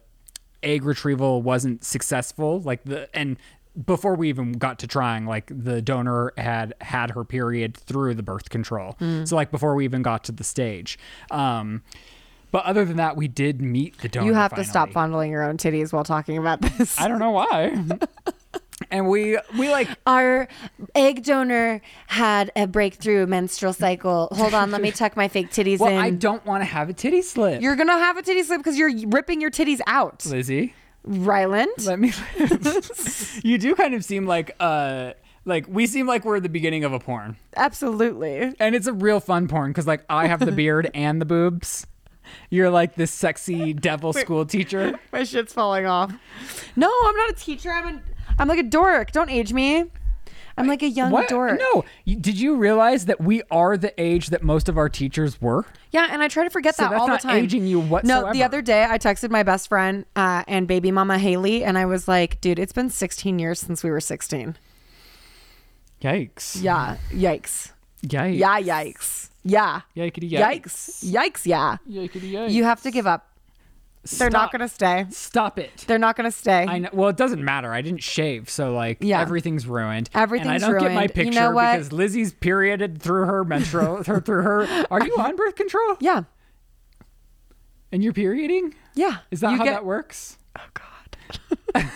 [SPEAKER 1] egg retrieval wasn't successful. Like the and before we even got to trying, like the donor had had her period through the birth control.
[SPEAKER 2] Mm.
[SPEAKER 1] So like before we even got to the stage. Um but other than that, we did meet the donor.
[SPEAKER 2] You have to
[SPEAKER 1] finally.
[SPEAKER 2] stop fondling your own titties while talking about this. <laughs>
[SPEAKER 1] I don't know why. and we we like
[SPEAKER 2] Our egg donor had a breakthrough menstrual cycle. Hold on, let me tuck my fake titties
[SPEAKER 1] well,
[SPEAKER 2] in.
[SPEAKER 1] I don't want to have a titty slip.
[SPEAKER 2] you're gonna have a titty slip because you're ripping your titties out,
[SPEAKER 1] Lizzie,
[SPEAKER 2] Ryland.
[SPEAKER 1] let me. <laughs> you do kind of seem like uh, like we seem like we're at the beginning of a porn,
[SPEAKER 2] Absolutely.
[SPEAKER 1] and it's a real fun porn because like I have the
[SPEAKER 2] <laughs>
[SPEAKER 1] beard and the boobs. You're like this sexy devil school teacher.
[SPEAKER 2] My shit's falling off. No, I'm not a teacher. I'm a, I'm like a dork. Don't age me. I'm like a young
[SPEAKER 1] What?
[SPEAKER 2] dork.
[SPEAKER 1] No, you, did you realize that we are the age that most of our teachers were?
[SPEAKER 2] Yeah, and I try to forget that
[SPEAKER 1] that's
[SPEAKER 2] all
[SPEAKER 1] not
[SPEAKER 2] the time.
[SPEAKER 1] aging you
[SPEAKER 2] No,
[SPEAKER 1] whatsoever.
[SPEAKER 2] the other day I texted my best friend uh, and baby mama Haley, and I was like, "Dude, it's been 16 years since we were 16."
[SPEAKER 1] Yikes!
[SPEAKER 2] Yeah, yikes.
[SPEAKER 1] Yikes!
[SPEAKER 2] Yeah, yikes. Yeah,
[SPEAKER 1] Yikety
[SPEAKER 2] yikes. Yikes. Yeah.
[SPEAKER 1] Yikety yikes!
[SPEAKER 2] You have to give up. They're not gonna stay.
[SPEAKER 1] stop it.
[SPEAKER 2] They're not gonna stay.
[SPEAKER 1] I know. Well, it doesn't matter. I didn't shave, so like
[SPEAKER 2] Yeah.
[SPEAKER 1] everything's ruined. and I
[SPEAKER 2] Everything's
[SPEAKER 1] don't get my
[SPEAKER 2] ruined. You
[SPEAKER 1] picture
[SPEAKER 2] know what?
[SPEAKER 1] because Lizzie's perioded through her
[SPEAKER 2] <laughs>
[SPEAKER 1] menstrual through, through her. Are you on birth control?
[SPEAKER 2] yeah.
[SPEAKER 1] And you're perioding?
[SPEAKER 2] Yeah.
[SPEAKER 1] Is that
[SPEAKER 2] You
[SPEAKER 1] how
[SPEAKER 2] get-
[SPEAKER 1] that works?
[SPEAKER 2] Oh God.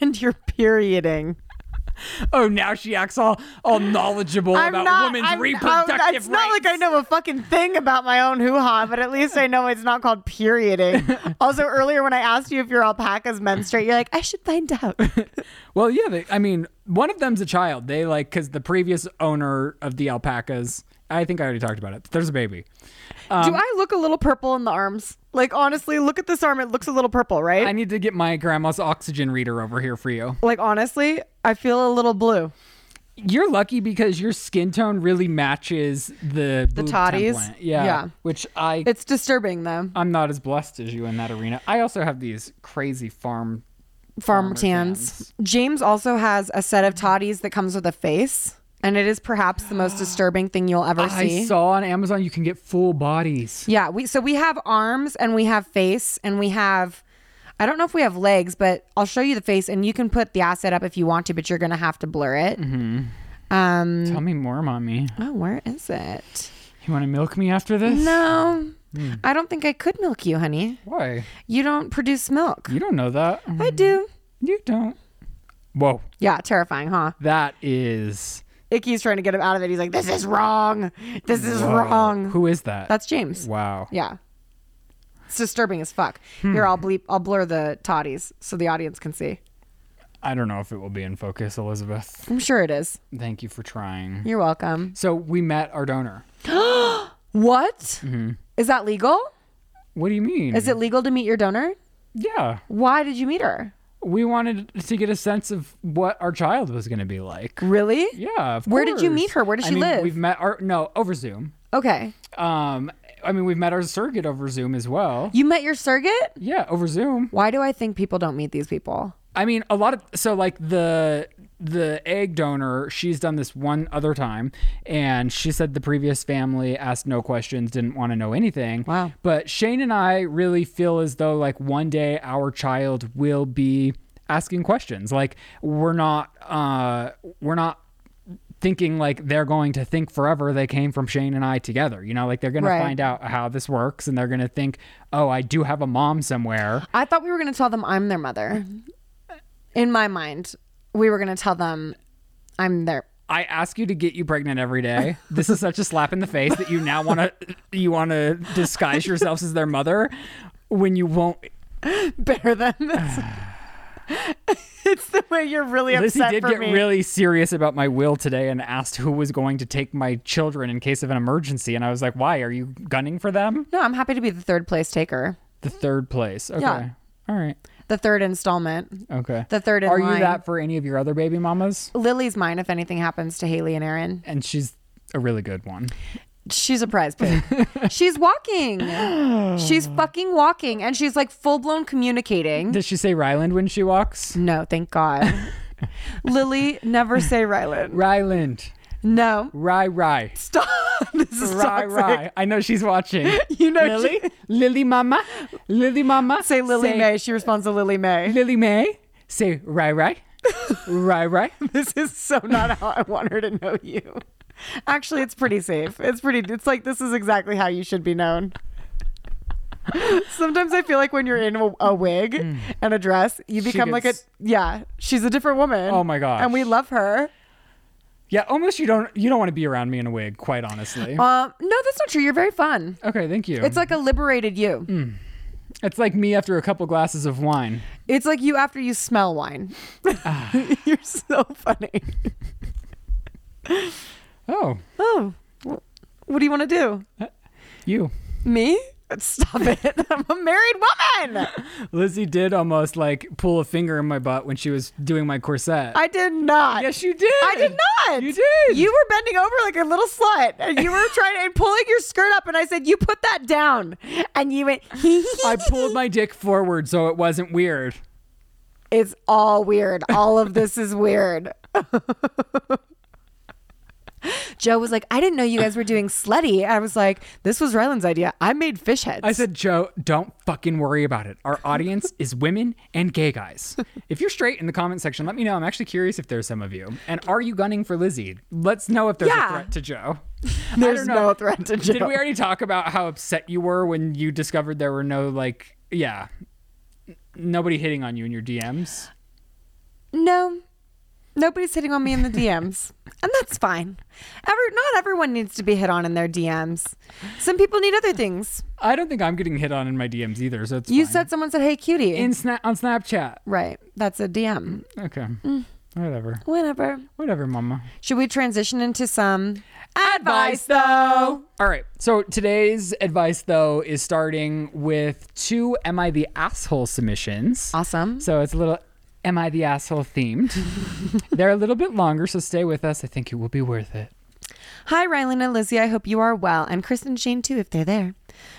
[SPEAKER 2] and you're perioding.
[SPEAKER 1] Oh, now she acts all all knowledgeable about women's
[SPEAKER 2] I'm-
[SPEAKER 1] reproductive
[SPEAKER 2] I'm- It's not like I
[SPEAKER 1] rights.
[SPEAKER 2] know a fucking thing about my own hoo ha, but at least I know it's not called
[SPEAKER 1] <laughs>
[SPEAKER 2] perioding. also, earlier when I asked you if your alpacas menstruate, you're like, I should find out. <laughs>
[SPEAKER 1] Well, yeah, they, I mean, one of them's a child. They like because the previous owner of the alpacas. I think I already talked about it. There's a baby. Um,
[SPEAKER 2] Do I look a little purple in the arms? Like, honestly, look at this arm. It looks a little purple, right?
[SPEAKER 1] I need to get my grandma's oxygen reader over here for you.
[SPEAKER 2] like, honestly, I feel a little blue.
[SPEAKER 1] You're lucky because your skin tone really matches the the
[SPEAKER 2] toddies?
[SPEAKER 1] Yeah,
[SPEAKER 2] Yeah.
[SPEAKER 1] Which I
[SPEAKER 2] It's disturbing, though.
[SPEAKER 1] I'm not as blessed as you in that arena. I also have these crazy farm.
[SPEAKER 2] Farm
[SPEAKER 1] Farmer
[SPEAKER 2] tans. James also has a set of toddies that comes with a face, and it is perhaps the most disturbing thing you'll ever see.
[SPEAKER 1] I saw on Amazon you can get full bodies.
[SPEAKER 2] Yeah, we so we have arms and we have face and we have I don't know if we have legs, but I'll show you the face and you can put the asset up if you want to, but you're gonna have to blur it.
[SPEAKER 1] Mm-hmm.
[SPEAKER 2] Um
[SPEAKER 1] Tell me more, mommy.
[SPEAKER 2] oh, where is it?
[SPEAKER 1] You want to milk me after this?
[SPEAKER 2] No.
[SPEAKER 1] Hmm.
[SPEAKER 2] I don't think I could milk you, honey.
[SPEAKER 1] Why?
[SPEAKER 2] You don't produce milk.
[SPEAKER 1] You don't know that.
[SPEAKER 2] I do.
[SPEAKER 1] You don't. Whoa,
[SPEAKER 2] Yeah, terrifying, huh?
[SPEAKER 1] that is
[SPEAKER 2] Icky's trying to get him out of it. He's like, This is wrong. This is
[SPEAKER 1] whoa.
[SPEAKER 2] wrong.
[SPEAKER 1] Who is that?
[SPEAKER 2] That's James.
[SPEAKER 1] wow.
[SPEAKER 2] Yeah. It's disturbing as fuck.
[SPEAKER 1] Hmm.
[SPEAKER 2] Here, I'll bleep I'll blur the toddies so the audience can see.
[SPEAKER 1] I don't know if it will be in focus, Elizabeth.
[SPEAKER 2] I'm sure it is.
[SPEAKER 1] Thank you for trying.
[SPEAKER 2] You're welcome.
[SPEAKER 1] So we met our donor.
[SPEAKER 2] What?
[SPEAKER 1] Mm-hmm.
[SPEAKER 2] Is that legal?
[SPEAKER 1] What do you mean?
[SPEAKER 2] Is it legal to meet your donor?
[SPEAKER 1] Yeah,
[SPEAKER 2] Why did you meet her?
[SPEAKER 1] we wanted to get a sense of what our child was going to be like.
[SPEAKER 2] Really?
[SPEAKER 1] Yeah, of
[SPEAKER 2] Where did you meet
[SPEAKER 1] course.
[SPEAKER 2] her? Where did
[SPEAKER 1] I
[SPEAKER 2] she
[SPEAKER 1] mean,
[SPEAKER 2] live?
[SPEAKER 1] We've met our no over Zoom.
[SPEAKER 2] Okay.
[SPEAKER 1] Um, I mean, we've met our surrogate over Zoom as well.
[SPEAKER 2] You met your surrogate?
[SPEAKER 1] Yeah, over Zoom.
[SPEAKER 2] Why do I think people don't meet these people?
[SPEAKER 1] I mean, a lot of so like the the egg donor, she's done this one other time, and she said the previous family asked no questions, didn't want to know anything.
[SPEAKER 2] Wow.
[SPEAKER 1] But Shane and I really feel as though like one day our child will be asking questions. Like we're not uh we're not thinking like they're going to think forever they came from Shane and I together. You know, like they're going
[SPEAKER 2] Right.
[SPEAKER 1] to find out how this works and they're going to think, "Oh, I do have a mom somewhere."
[SPEAKER 2] I thought we were going to tell them I'm their mother.
[SPEAKER 1] Mm-hmm.
[SPEAKER 2] In my mind, we were going to tell them I'm their <laughs>
[SPEAKER 1] I ask you to get you pregnant every day. This is such a slap in the face that you now want to you want to disguise yourselves as their mother when you won't.
[SPEAKER 2] bear them.
[SPEAKER 1] <sighs>
[SPEAKER 2] It's, it's the way you're really
[SPEAKER 1] Lizzie
[SPEAKER 2] upset
[SPEAKER 1] did
[SPEAKER 2] for
[SPEAKER 1] get
[SPEAKER 2] me.
[SPEAKER 1] really serious about my will today and asked who was going to take my children in case of an emergency, and I was like, "Why are you gunning for them?"
[SPEAKER 2] no, I'm happy to be the third place taker.
[SPEAKER 1] The third place. Okay.
[SPEAKER 2] Yeah.
[SPEAKER 1] All right.
[SPEAKER 2] The third installment.
[SPEAKER 1] Okay.
[SPEAKER 2] The third in
[SPEAKER 1] are
[SPEAKER 2] line.
[SPEAKER 1] you that for any of your other baby mamas?
[SPEAKER 2] Lily's mine if anything happens to Haley and Aaron.
[SPEAKER 1] And she's a really good one.
[SPEAKER 2] She's a prize pig. she's walking. She's fucking walking. And she's like full blown communicating.
[SPEAKER 1] Does she say Ryland when she walks?
[SPEAKER 2] No, thank God. Lily, never say Rylan.
[SPEAKER 1] Ryland.
[SPEAKER 2] No.
[SPEAKER 1] Rye rye.
[SPEAKER 2] Stop. <laughs> This is
[SPEAKER 1] Rye
[SPEAKER 2] toxic.
[SPEAKER 1] rye. I know she's watching.
[SPEAKER 2] You know,
[SPEAKER 1] Lily, <laughs> Lily Mama, Lily Mama.
[SPEAKER 2] She, say Lily May. She responds to Lily May.
[SPEAKER 1] Lily May. Say Rai
[SPEAKER 2] <laughs>
[SPEAKER 1] Rai. Rai Rai.
[SPEAKER 2] This is so not how I want her to know you. Actually, it's pretty safe. It's pretty, it's like this is exactly how you should be known. Sometimes I feel like when you're in a, a wig and a dress, you become like a,
[SPEAKER 1] Mm. gets-
[SPEAKER 2] yeah, she's a different woman.
[SPEAKER 1] Oh my gosh.
[SPEAKER 2] And we love her.
[SPEAKER 1] Yeah, almost you don't you don't want to be around me in a wig, quite honestly.
[SPEAKER 2] Um, no, that's not true. You're very fun.
[SPEAKER 1] okay, thank you.
[SPEAKER 2] It's like a liberated you.
[SPEAKER 1] Mm. it's like me after a couple glasses of wine.
[SPEAKER 2] It's like you after you smell wine.
[SPEAKER 1] Ah.
[SPEAKER 2] <laughs> You're so funny.
[SPEAKER 1] Oh,
[SPEAKER 2] Oh, wh- what do you want to do?
[SPEAKER 1] you.
[SPEAKER 2] Me? Stop it. <laughs> I'm a married woman.
[SPEAKER 1] Lizzie did almost like pull a finger in my butt when she was doing my corset.
[SPEAKER 2] I did not.
[SPEAKER 1] yes, you did.
[SPEAKER 2] I did not.
[SPEAKER 1] You did.
[SPEAKER 2] You were bending over like a little slut, and you were trying and pulling your skirt up. And I said, "You put that down," and you went.
[SPEAKER 1] I pulled my dick forward so it wasn't weird.
[SPEAKER 2] It's all weird. All of this is weird. <laughs> Joe was like, I didn't know you guys were doing slutty. I was like, this was Ryland's idea. I made fish heads.
[SPEAKER 1] I said, Joe, don't fucking worry about it. Our audience is women and gay guys. If you're straight in the comment section, let me know. I'm actually curious if there's some of you. And are you gunning for Lizzie? Let's know if there's
[SPEAKER 2] Yeah.
[SPEAKER 1] a threat to Joe. I
[SPEAKER 2] <laughs> there's
[SPEAKER 1] don't know.
[SPEAKER 2] no threat to Joe.
[SPEAKER 1] Did we already talk about how upset you were when you discovered there were no, like, yeah, n- nobody hitting on you in your DMs?
[SPEAKER 2] No, nobody's hitting on me in the DMs, and that's fine. Every, not everyone needs to be hit on in their DMs. Some people need other things.
[SPEAKER 1] I don't think I'm getting hit on in my DMs either. So it's
[SPEAKER 2] You
[SPEAKER 1] fine.
[SPEAKER 2] said someone said, "Hey, cutie."
[SPEAKER 1] in sna- on Snapchat.
[SPEAKER 2] right, that's a DM.
[SPEAKER 1] Okay.
[SPEAKER 2] Mm.
[SPEAKER 1] Whatever.
[SPEAKER 2] Whenever.
[SPEAKER 1] Whatever, mama.
[SPEAKER 2] Should we transition into some advice?
[SPEAKER 1] though. All right. So today's advice though is starting with two Am I the Asshole submissions.
[SPEAKER 2] Awesome.
[SPEAKER 1] So it's a little Am I the Asshole themed. They're a little bit longer, so stay with us. I think it will be worth it.
[SPEAKER 2] Hi, Rylan and Lizzie. I hope you are well, and Chris and Shane too, if they're there.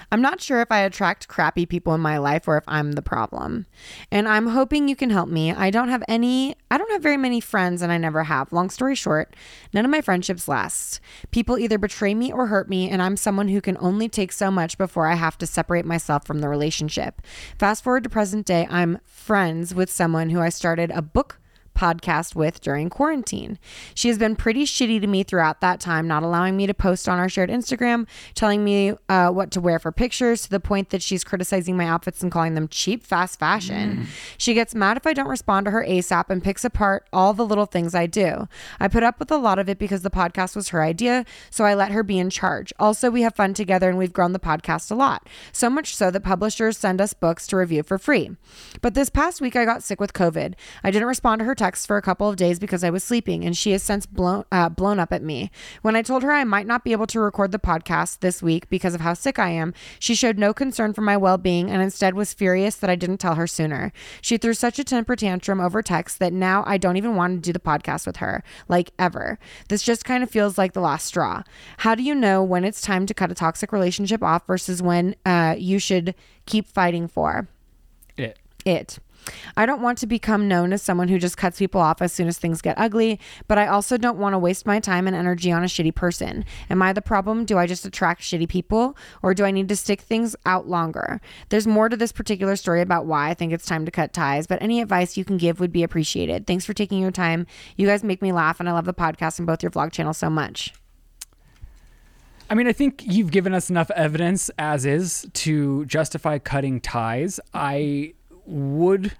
[SPEAKER 2] I'm not sure if I attract crappy people in my life or if I'm the problem. And I'm hoping you can help me. I don't have any, I don't have very many friends, and I never have. Long story short, none of my friendships last. People either betray me or hurt me, and I'm someone who can only take so much before I have to separate myself from the relationship. Fast forward to present day, I'm friends with someone who I started a book podcast with during quarantine. She has been pretty shitty to me throughout that time, not allowing me to post on our shared Instagram, telling me uh, what to wear for pictures, to the point that she's criticizing my outfits and calling them cheap, fast fashion. She gets mad if I don't respond to her ASAP and picks apart all the little things I do. I put up with a lot of it because the podcast was her idea, so I let her be in charge. Also, we have fun together and we've grown the podcast a lot, so much so that publishers send us books to review for free. But this past week, I got sick with COVID. I didn't respond to her texts for a couple of days because I was sleeping, and she has since blown uh, blown up at me. When I told her I might not be able to record the podcast this week because of how sick I am, she showed no concern for my well being and instead was furious that I didn't tell her sooner. She threw such a temper tantrum over text that now I don't even want to do the podcast with her, like ever. This just kind of feels like the last straw. How do you know when it's time to cut a toxic relationship off versus when uh, you should keep fighting for?
[SPEAKER 1] It.
[SPEAKER 2] it. I don't want to become known as someone who just cuts people off as soon as things get ugly, but I also don't want to waste my time and energy on a shitty person. Am I the problem? Do I just attract shitty people? Or do I need to stick things out longer? There's more to this particular story about why I think it's time to cut ties, but any advice you can give would be appreciated. Thanks for taking your time. You guys make me laugh, and I love the podcast and both your vlog channels so much.
[SPEAKER 1] I mean, I think you've given us enough evidence as is to justify cutting ties. I would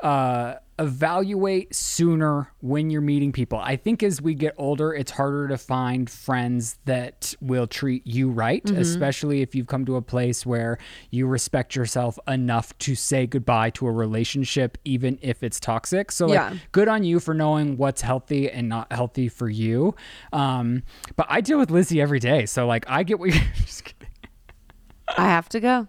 [SPEAKER 1] uh, evaluate sooner when you're meeting people. I think as we get older, it's harder to find friends that will treat you right, especially if you've come to a place where you respect yourself enough to say goodbye to a relationship, even if it's toxic. So, like,
[SPEAKER 2] Yeah.
[SPEAKER 1] good on you for knowing what's healthy and not healthy for you. Um, but I deal with Lizzie every day, so like I get what <laughs> you're just kidding.
[SPEAKER 2] I have to go.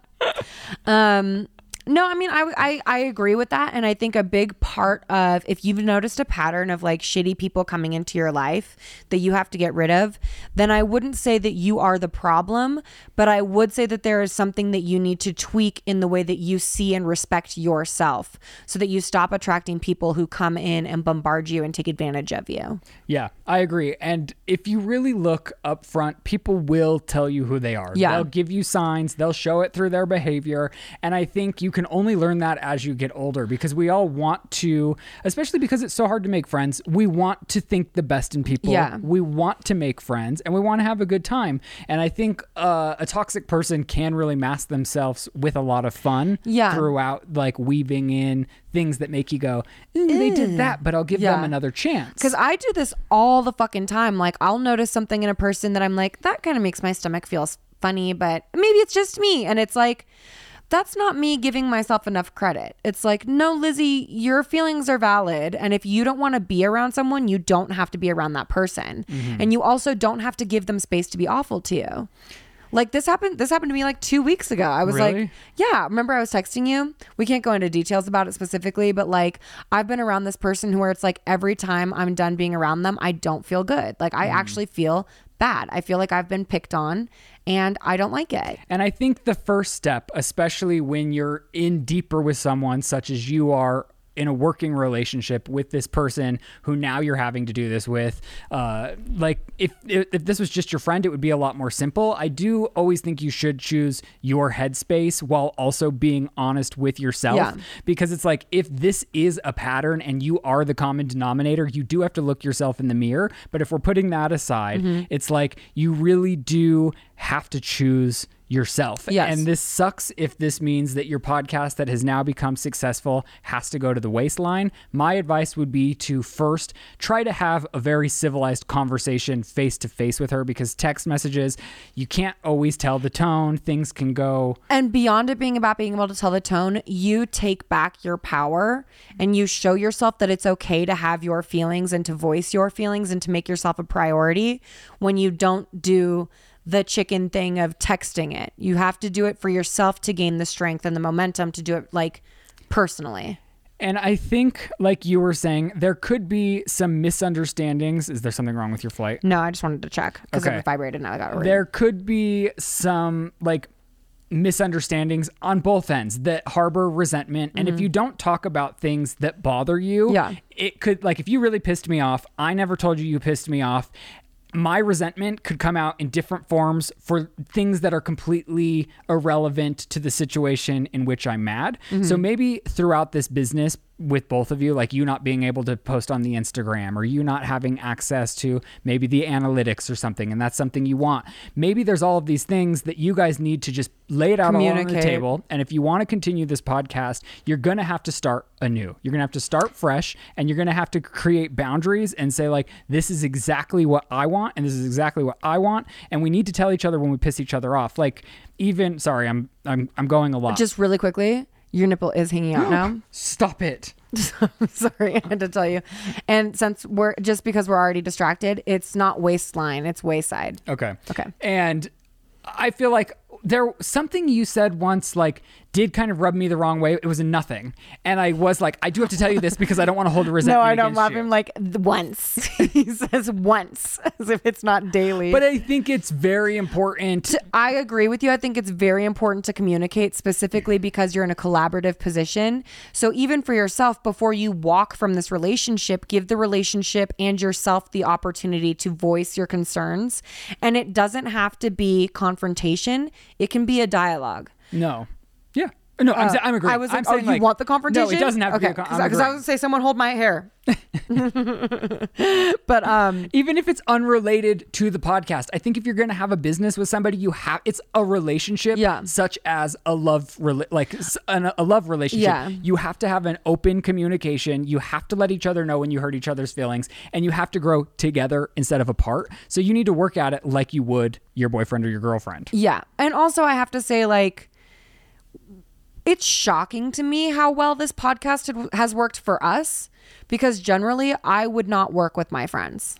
[SPEAKER 2] Um, no, I mean, I, I, I agree with that. And I think a big part of if you've noticed a pattern of like shitty people coming into your life that you have to get rid of, then I wouldn't say that you are the problem, but I would say that there is something that you need to tweak in the way that you see and respect yourself so that you stop attracting people who come in and bombard you and take advantage of you.
[SPEAKER 1] Yeah, I agree. And if you really look up front, people will tell you who they are.
[SPEAKER 2] Yeah.
[SPEAKER 1] They'll give you signs, they'll show it through their behavior. And I think you can only learn that as you get older because we all want to, especially because it's so hard to make friends, we want to think the best in people.
[SPEAKER 2] Yeah.
[SPEAKER 1] We want to make friends and we want to have a good time. And I think uh, a toxic person can really mask themselves with a lot of fun
[SPEAKER 2] Yeah.
[SPEAKER 1] throughout, like weaving in things that make you go, "Ooh, they did that, but I'll give them
[SPEAKER 2] Mm. Yeah.
[SPEAKER 1] another chance.
[SPEAKER 2] Because I do this all the fucking time. Like, I'll notice something in a person that I'm like, that kind of makes my stomach feel s- funny, but maybe it's just me. And it's like, that's not me giving myself enough credit. It's like, no, Lizzie, your feelings are valid. And if you don't want to be around someone, you don't have to be around that person. And you also don't have to give them space to be awful to you. Like this happened this happened to me like 2 weeks ago. I was like,
[SPEAKER 1] Really?
[SPEAKER 2] yeah, remember I was texting you? We can't go into details about it specifically, but like I've been around this person where it's like every time I'm done being around them, I don't feel good. Like I actually feel bad. I feel like I've been picked on and I don't like it.
[SPEAKER 1] And I think the first step, especially when you're in deeper with someone such as you are in a working relationship with this person who now you're having to do this with, uh, like if, if if this was just your friend, it would be a lot more simple. I do always think you should choose your headspace while also being honest with yourself
[SPEAKER 2] Yeah.
[SPEAKER 1] because it's like if this is a pattern and you are the common denominator, you do have to look yourself in the mirror.
[SPEAKER 2] Mm-hmm.
[SPEAKER 1] But if we're putting that aside, it's like you really do have to choose yourself.
[SPEAKER 2] Yes.
[SPEAKER 1] And this sucks if this means that your podcast that has now become successful has to go to the waistline. My advice would be to first try to have a very civilized conversation face to face with her because text messages, you can't always tell the tone. Things can go
[SPEAKER 2] And beyond it being about being able to tell the tone, you take back your power and you show yourself that it's okay to have your feelings and to voice your feelings and to make yourself a priority when you don't do the chicken thing of texting it. You have to do it for yourself to gain the strength and the momentum to do it like personally.
[SPEAKER 1] And I think, like you were saying, there could be some misunderstandings. Is there something wrong with your flight?
[SPEAKER 2] No, I just wanted to check because
[SPEAKER 1] Okay.
[SPEAKER 2] it vibrated and I got worried.
[SPEAKER 1] There could be some, like, misunderstandings on both ends that harbor resentment. And if you don't talk about things that bother you,
[SPEAKER 2] Yeah.
[SPEAKER 1] it could, like, if you really pissed me off, I never told you you pissed me off. My resentment could come out in different forms for things that are completely irrelevant to the situation in which I'm mad. So maybe throughout this business, with both of you, like you not being able to post on the Instagram or you not having access to maybe the analytics or something, and that's something you want. Maybe there's all of these things that you guys need to just lay it out all on the
[SPEAKER 2] Communicate.
[SPEAKER 1] table. And if you want to continue this podcast, you're going to have to start anew. You're going to have to start fresh and you're going to have to create boundaries and say, like, this is exactly what I want and this is exactly what I want. And we need to tell each other when we piss each other off. Like, even, sorry, I'm, I'm, I'm going a lot.
[SPEAKER 2] just really quickly, your nipple is
[SPEAKER 1] <gasps>
[SPEAKER 2] hanging out now.
[SPEAKER 1] stop it.
[SPEAKER 2] <laughs> Sorry, I had to tell you. And since we're just because we're already distracted, it's not waistline, it's wayside.
[SPEAKER 1] Okay.
[SPEAKER 2] Okay.
[SPEAKER 1] And I feel like there something you said once like did kind of rub me the wrong way. It was a nothing, and I was like, I do have to tell you this because I don't want to
[SPEAKER 2] <laughs>
[SPEAKER 1] hold a resentment.
[SPEAKER 2] No, I don't
[SPEAKER 1] against
[SPEAKER 2] love
[SPEAKER 1] you.
[SPEAKER 2] him like th- once. <laughs> he says once <laughs> as if it's not daily.
[SPEAKER 1] But I think it's very important.
[SPEAKER 2] I agree with you. I think it's very important to communicate specifically because you're in a collaborative position. So even for yourself, before you walk from this relationship, give the relationship and yourself the opportunity to voice your concerns. And it doesn't have to be confrontation. It can be a dialogue.
[SPEAKER 1] No. Yeah. No, I'm, sa- I'm agreeing.
[SPEAKER 2] I was
[SPEAKER 1] I'm
[SPEAKER 2] like, oh,
[SPEAKER 1] saying,
[SPEAKER 2] you
[SPEAKER 1] like,
[SPEAKER 2] want the confrontation?
[SPEAKER 1] No, it doesn't have to
[SPEAKER 2] okay.
[SPEAKER 1] be a con- I'm
[SPEAKER 2] Because I
[SPEAKER 1] agreeing.
[SPEAKER 2] would say, someone hold
[SPEAKER 1] <laughs>
[SPEAKER 2] my hair. <laughs> but um,
[SPEAKER 1] even if it's unrelated to the podcast i think if you're going to have a business with somebody you have it's a relationship
[SPEAKER 2] Yeah.
[SPEAKER 1] such as a love rela- like s- an, a love relationship
[SPEAKER 2] Yeah.
[SPEAKER 1] you have to have an open communication you have to let each other know when you hurt each other's feelings and you have to grow together instead of apart so you need to work at it like you would your boyfriend or your girlfriend
[SPEAKER 2] yeah, and also I have to say, like, it's shocking to me how well this podcast had, has worked for us. Because generally, I would not work with my friends.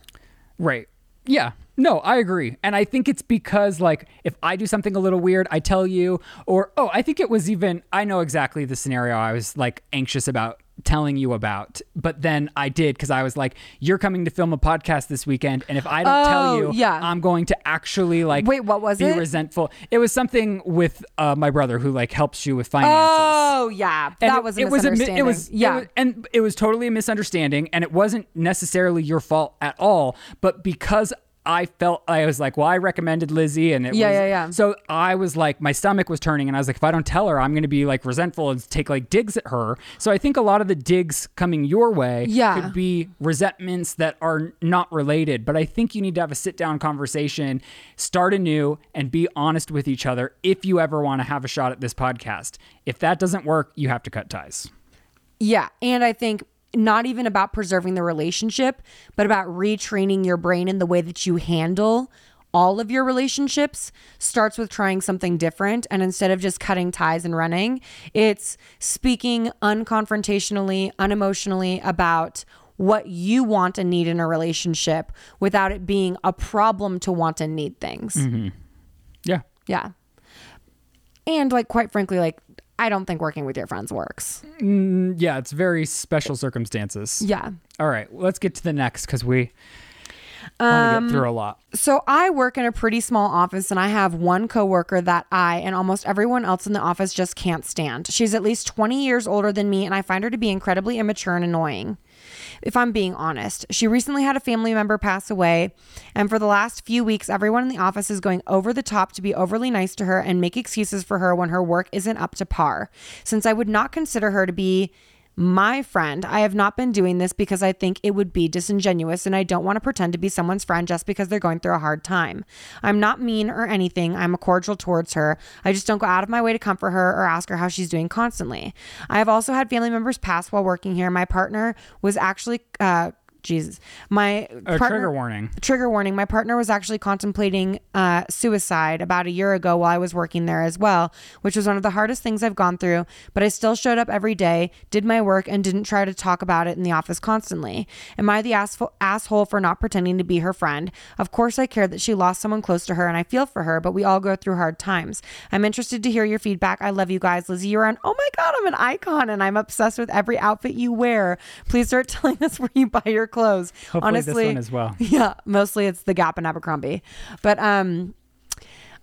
[SPEAKER 1] Right. Yeah. No, I agree. And I think it's because like if I do something a little weird, I tell you or oh, I think it was even I know exactly the scenario I was like anxious about telling you about, but then I did cuz I was like you're coming to film a podcast this weekend and if I don't tell
[SPEAKER 2] Oh,
[SPEAKER 1] you,
[SPEAKER 2] yeah.
[SPEAKER 1] I'm going to actually like
[SPEAKER 2] Wait, what was
[SPEAKER 1] be
[SPEAKER 2] it?
[SPEAKER 1] resentful. It was something with uh, my brother who like helps you with finances
[SPEAKER 2] Oh yeah, that
[SPEAKER 1] it-
[SPEAKER 2] was a
[SPEAKER 1] it was mi-
[SPEAKER 2] misunderstanding.
[SPEAKER 1] it was
[SPEAKER 2] yeah,
[SPEAKER 1] it was- and it was totally a misunderstanding, and it wasn't necessarily your fault at all. But because I felt I was like, well, I recommended Lizzie, and it
[SPEAKER 2] Yeah,
[SPEAKER 1] was,
[SPEAKER 2] yeah, yeah.
[SPEAKER 1] So I was like, my stomach was turning, and I was like, if I don't tell her, I'm going to be like resentful and take like digs at her. So I think a lot of the digs coming your way,
[SPEAKER 2] Yeah.
[SPEAKER 1] could be resentments that are not related. But I think you need to have a sit down conversation, start anew, and be honest with each other if you ever want to have a shot at this podcast. If that doesn't work, you have to cut ties.
[SPEAKER 2] Yeah. And I think not even about preserving the relationship, but about retraining your brain in the way that you handle all of your relationships starts with trying something different. And instead of just cutting ties and running, it's speaking unconfrontationally, unemotionally about what you want and need in a relationship without it being a problem to want and need things.
[SPEAKER 1] Yeah.
[SPEAKER 2] Yeah. And like, quite frankly, like, I don't think working with your friends works.
[SPEAKER 1] Yeah, it's very special circumstances.
[SPEAKER 2] Yeah.
[SPEAKER 1] All right, let's get to the next because we
[SPEAKER 2] Um,
[SPEAKER 1] want to get through a lot.
[SPEAKER 2] So I work in a pretty small office and I have one coworker that I and almost everyone else in the office just can't stand. She's at least 20 years older than me and I find her to be incredibly immature and annoying. If I'm being honest, she recently had a family member pass away and for the last few weeks everyone in the office is going over the top to be overly nice to her and make excuses for her when her work isn't up to par since I would not consider her to be My friend, I have not been doing this because I think it would be disingenuous and I don't want to pretend to be someone's friend just because they're going through a hard time. I'm not mean or anything. I'm cordial towards her. I just don't go out of my way to comfort her or ask her how she's doing constantly. I have also had family members pass while working here. My partner was actually uh Jesus. My
[SPEAKER 1] A
[SPEAKER 2] partner
[SPEAKER 1] trigger warning.
[SPEAKER 2] trigger warning my partner was actually contemplating uh, suicide about a year ago while i was working there as well which was one of the hardest things i've gone through but i still showed up every day did my work and didn't try to talk about it in the office constantly am i the assfo- asshole for not pretending to be her friend of course i care that she lost someone close to her and i feel for her but we all go through hard times i'm interested to hear your feedback i love you guys lizzie you're on oh my god i'm an icon and i'm obsessed with every outfit you wear please start <laughs> telling us where you buy your clothes
[SPEAKER 1] Hopefully this
[SPEAKER 2] honestly
[SPEAKER 1] one as well.
[SPEAKER 2] <laughs> yeah, mostly it's the Gap in Abercrombie, but um,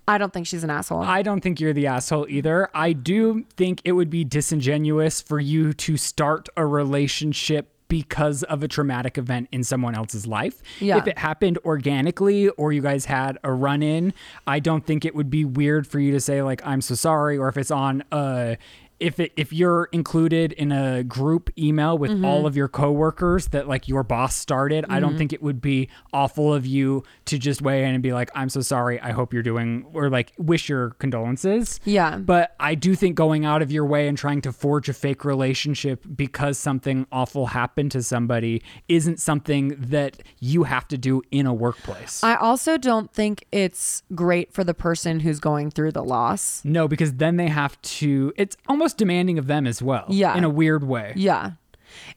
[SPEAKER 2] I don't think she's an asshole.
[SPEAKER 1] I don't think you're the asshole either. I do think it would be disingenuous for you to start a relationship because of a traumatic event in someone else's life.
[SPEAKER 2] Yeah.
[SPEAKER 1] If it happened organically or you guys had a run in, I don't think it would be weird for you to say like I'm so sorry or if it's on a if it, if you're included in a group email with all of your coworkers that like your boss started, I don't think it would be awful of you to just weigh in and be like, "I'm so sorry. I hope you're doing," or like wish your condolences.
[SPEAKER 2] Yeah.
[SPEAKER 1] But I do think going out of your way and trying to forge a fake relationship because something awful happened to somebody isn't something that you have to do in a workplace.
[SPEAKER 2] I also don't think it's great for the person who's going through the loss.
[SPEAKER 1] no, because then they have to. It's almost demanding of them as well.
[SPEAKER 2] Yeah.
[SPEAKER 1] In a weird way.
[SPEAKER 2] Yeah.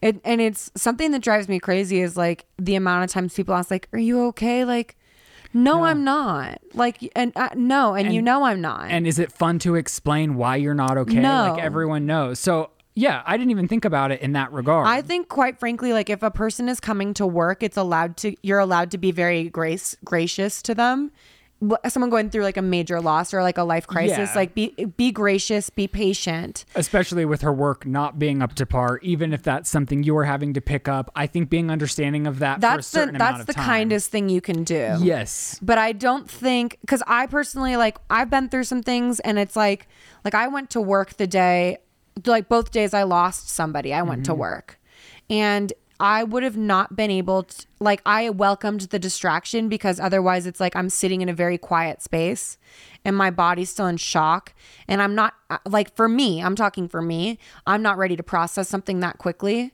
[SPEAKER 2] It, and it's something that drives me crazy is like the amount of times people ask like, "Are you okay?" Like, "No, I'm not." Like, and uh, no, and, you know I'm not.
[SPEAKER 1] And is it fun to explain why you're not okay?
[SPEAKER 2] No.
[SPEAKER 1] Like everyone knows. So yeah, I didn't even think about it in that regard.
[SPEAKER 2] I think quite frankly like if a person is coming to work, it's allowed to you're allowed to be very grace gracious to them. Wh- Someone going through like a major loss or like a life crisis,
[SPEAKER 1] Yeah.
[SPEAKER 2] like be be gracious, be patient.
[SPEAKER 1] Especially with her work not being up to par, even if that's something you are having to pick up. I think being understanding of that for a
[SPEAKER 2] That's the
[SPEAKER 1] certain amount
[SPEAKER 2] that's
[SPEAKER 1] of
[SPEAKER 2] the
[SPEAKER 1] time.
[SPEAKER 2] kindest thing you can do.
[SPEAKER 1] Yes.
[SPEAKER 2] but I don't think because I personally like I've been through some things and it's like like I went to work the day like both days I lost somebody I went to
[SPEAKER 1] Mm-hmm.
[SPEAKER 2] work and I would have not been able to like I welcomed the distraction because otherwise it's like I'm sitting in a very quiet space and my body's still in shock and I'm not uh, like for me I'm talking for me I'm not ready to process something that quickly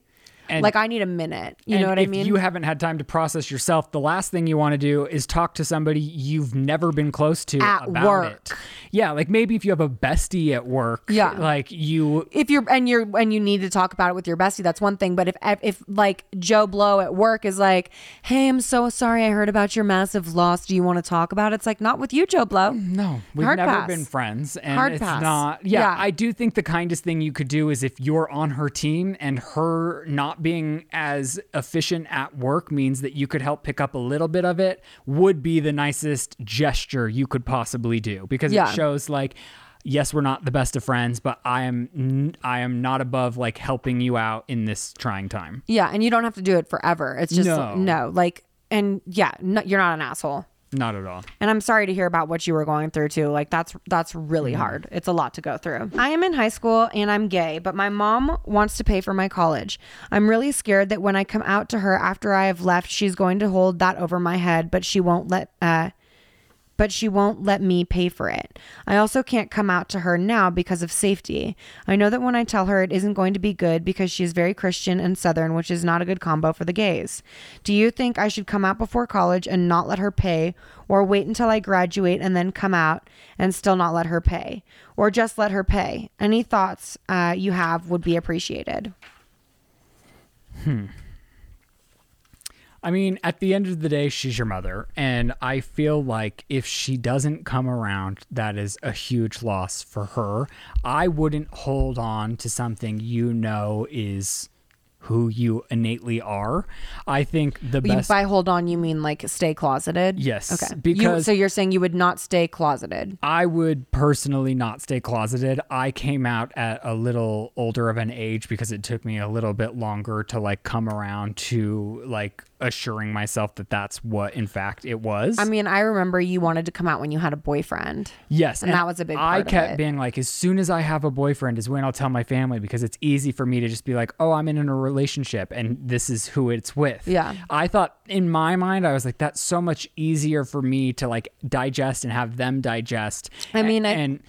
[SPEAKER 1] And-
[SPEAKER 2] like I need a minute you
[SPEAKER 1] and
[SPEAKER 2] know what I
[SPEAKER 1] if
[SPEAKER 2] mean
[SPEAKER 1] you haven't had time to process yourself, the last thing you want to do is talk to somebody you've never been close to
[SPEAKER 2] At
[SPEAKER 1] about
[SPEAKER 2] work.
[SPEAKER 1] it. Yeah, like maybe if you have a bestie at work,
[SPEAKER 2] Yeah.
[SPEAKER 1] like you
[SPEAKER 2] if you're and you're and you need to talk about it with your bestie, that's one thing. But if if like Joe Blow at work is like, "Hey, I'm so sorry, I heard about your massive loss. Do you want to talk about it?" It's like not with you, Joe Blow.
[SPEAKER 1] No, we've
[SPEAKER 2] Hard
[SPEAKER 1] never
[SPEAKER 2] pass.
[SPEAKER 1] been friends, and
[SPEAKER 2] Hard
[SPEAKER 1] it's
[SPEAKER 2] pass.
[SPEAKER 1] not. Yeah,
[SPEAKER 2] Yeah.
[SPEAKER 1] I do think the kindest thing you could do is if you're on her team and her not being as efficient at work means that you could help pick up a little bit of it. Would be the nicest gesture you could possibly do because
[SPEAKER 2] Yeah.
[SPEAKER 1] it shows like. Yes, we're not the best of friends, but I am n- I am not above like helping you out in this trying time.
[SPEAKER 2] Yeah, and you don't have to do it forever. It's just
[SPEAKER 1] No.
[SPEAKER 2] no, like and yeah, no, you're not an asshole.
[SPEAKER 1] Not at all.
[SPEAKER 2] And I'm sorry to hear about what you were going through too. Like that's that's really hard. It's a lot to go through. I am in high school and I'm gay, but my mom wants to pay for my college. I'm really scared that when I come out to her after I have left, she's going to hold that over my head, but she won't let uh but she won't let me pay for it. I also can't come out to her now because of safety. I know that when I tell her it isn't going to be good because she is very Christian and Southern, which is not a good combo for the gays. Do you think I should come out before college and not let her pay, or wait until I graduate and then come out and still not let her pay, or just let her pay? Any thoughts uh, you have would be appreciated.
[SPEAKER 1] I mean, at the end of the day, she's your mother. And I feel like if she doesn't come around, that is a huge loss for her. I wouldn't hold on to something you know is who you innately are. I think the
[SPEAKER 2] You-
[SPEAKER 1] best.
[SPEAKER 2] by hold on, you mean like stay closeted?
[SPEAKER 1] Yes,
[SPEAKER 2] Okay. You-
[SPEAKER 1] because-
[SPEAKER 2] so you're saying you would not stay closeted.
[SPEAKER 1] I would personally not stay closeted. I came out at a little older of an age because it took me a little bit longer to like come around to like assuring myself that that's what in fact it was.
[SPEAKER 2] I mean, I remember you wanted to come out when you had a boyfriend.
[SPEAKER 1] Yes,
[SPEAKER 2] And that was a big
[SPEAKER 1] I
[SPEAKER 2] part of
[SPEAKER 1] kept
[SPEAKER 2] it.
[SPEAKER 1] being like, as soon as I have a boyfriend, is when I'll tell my family because it's easy for me to just be like, oh, I'm in a relationship and this is who it's with.
[SPEAKER 2] Yeah.
[SPEAKER 1] I thought in my mind, I was like, that's so much easier for me to like digest and have them digest.
[SPEAKER 2] I mean, I-
[SPEAKER 1] and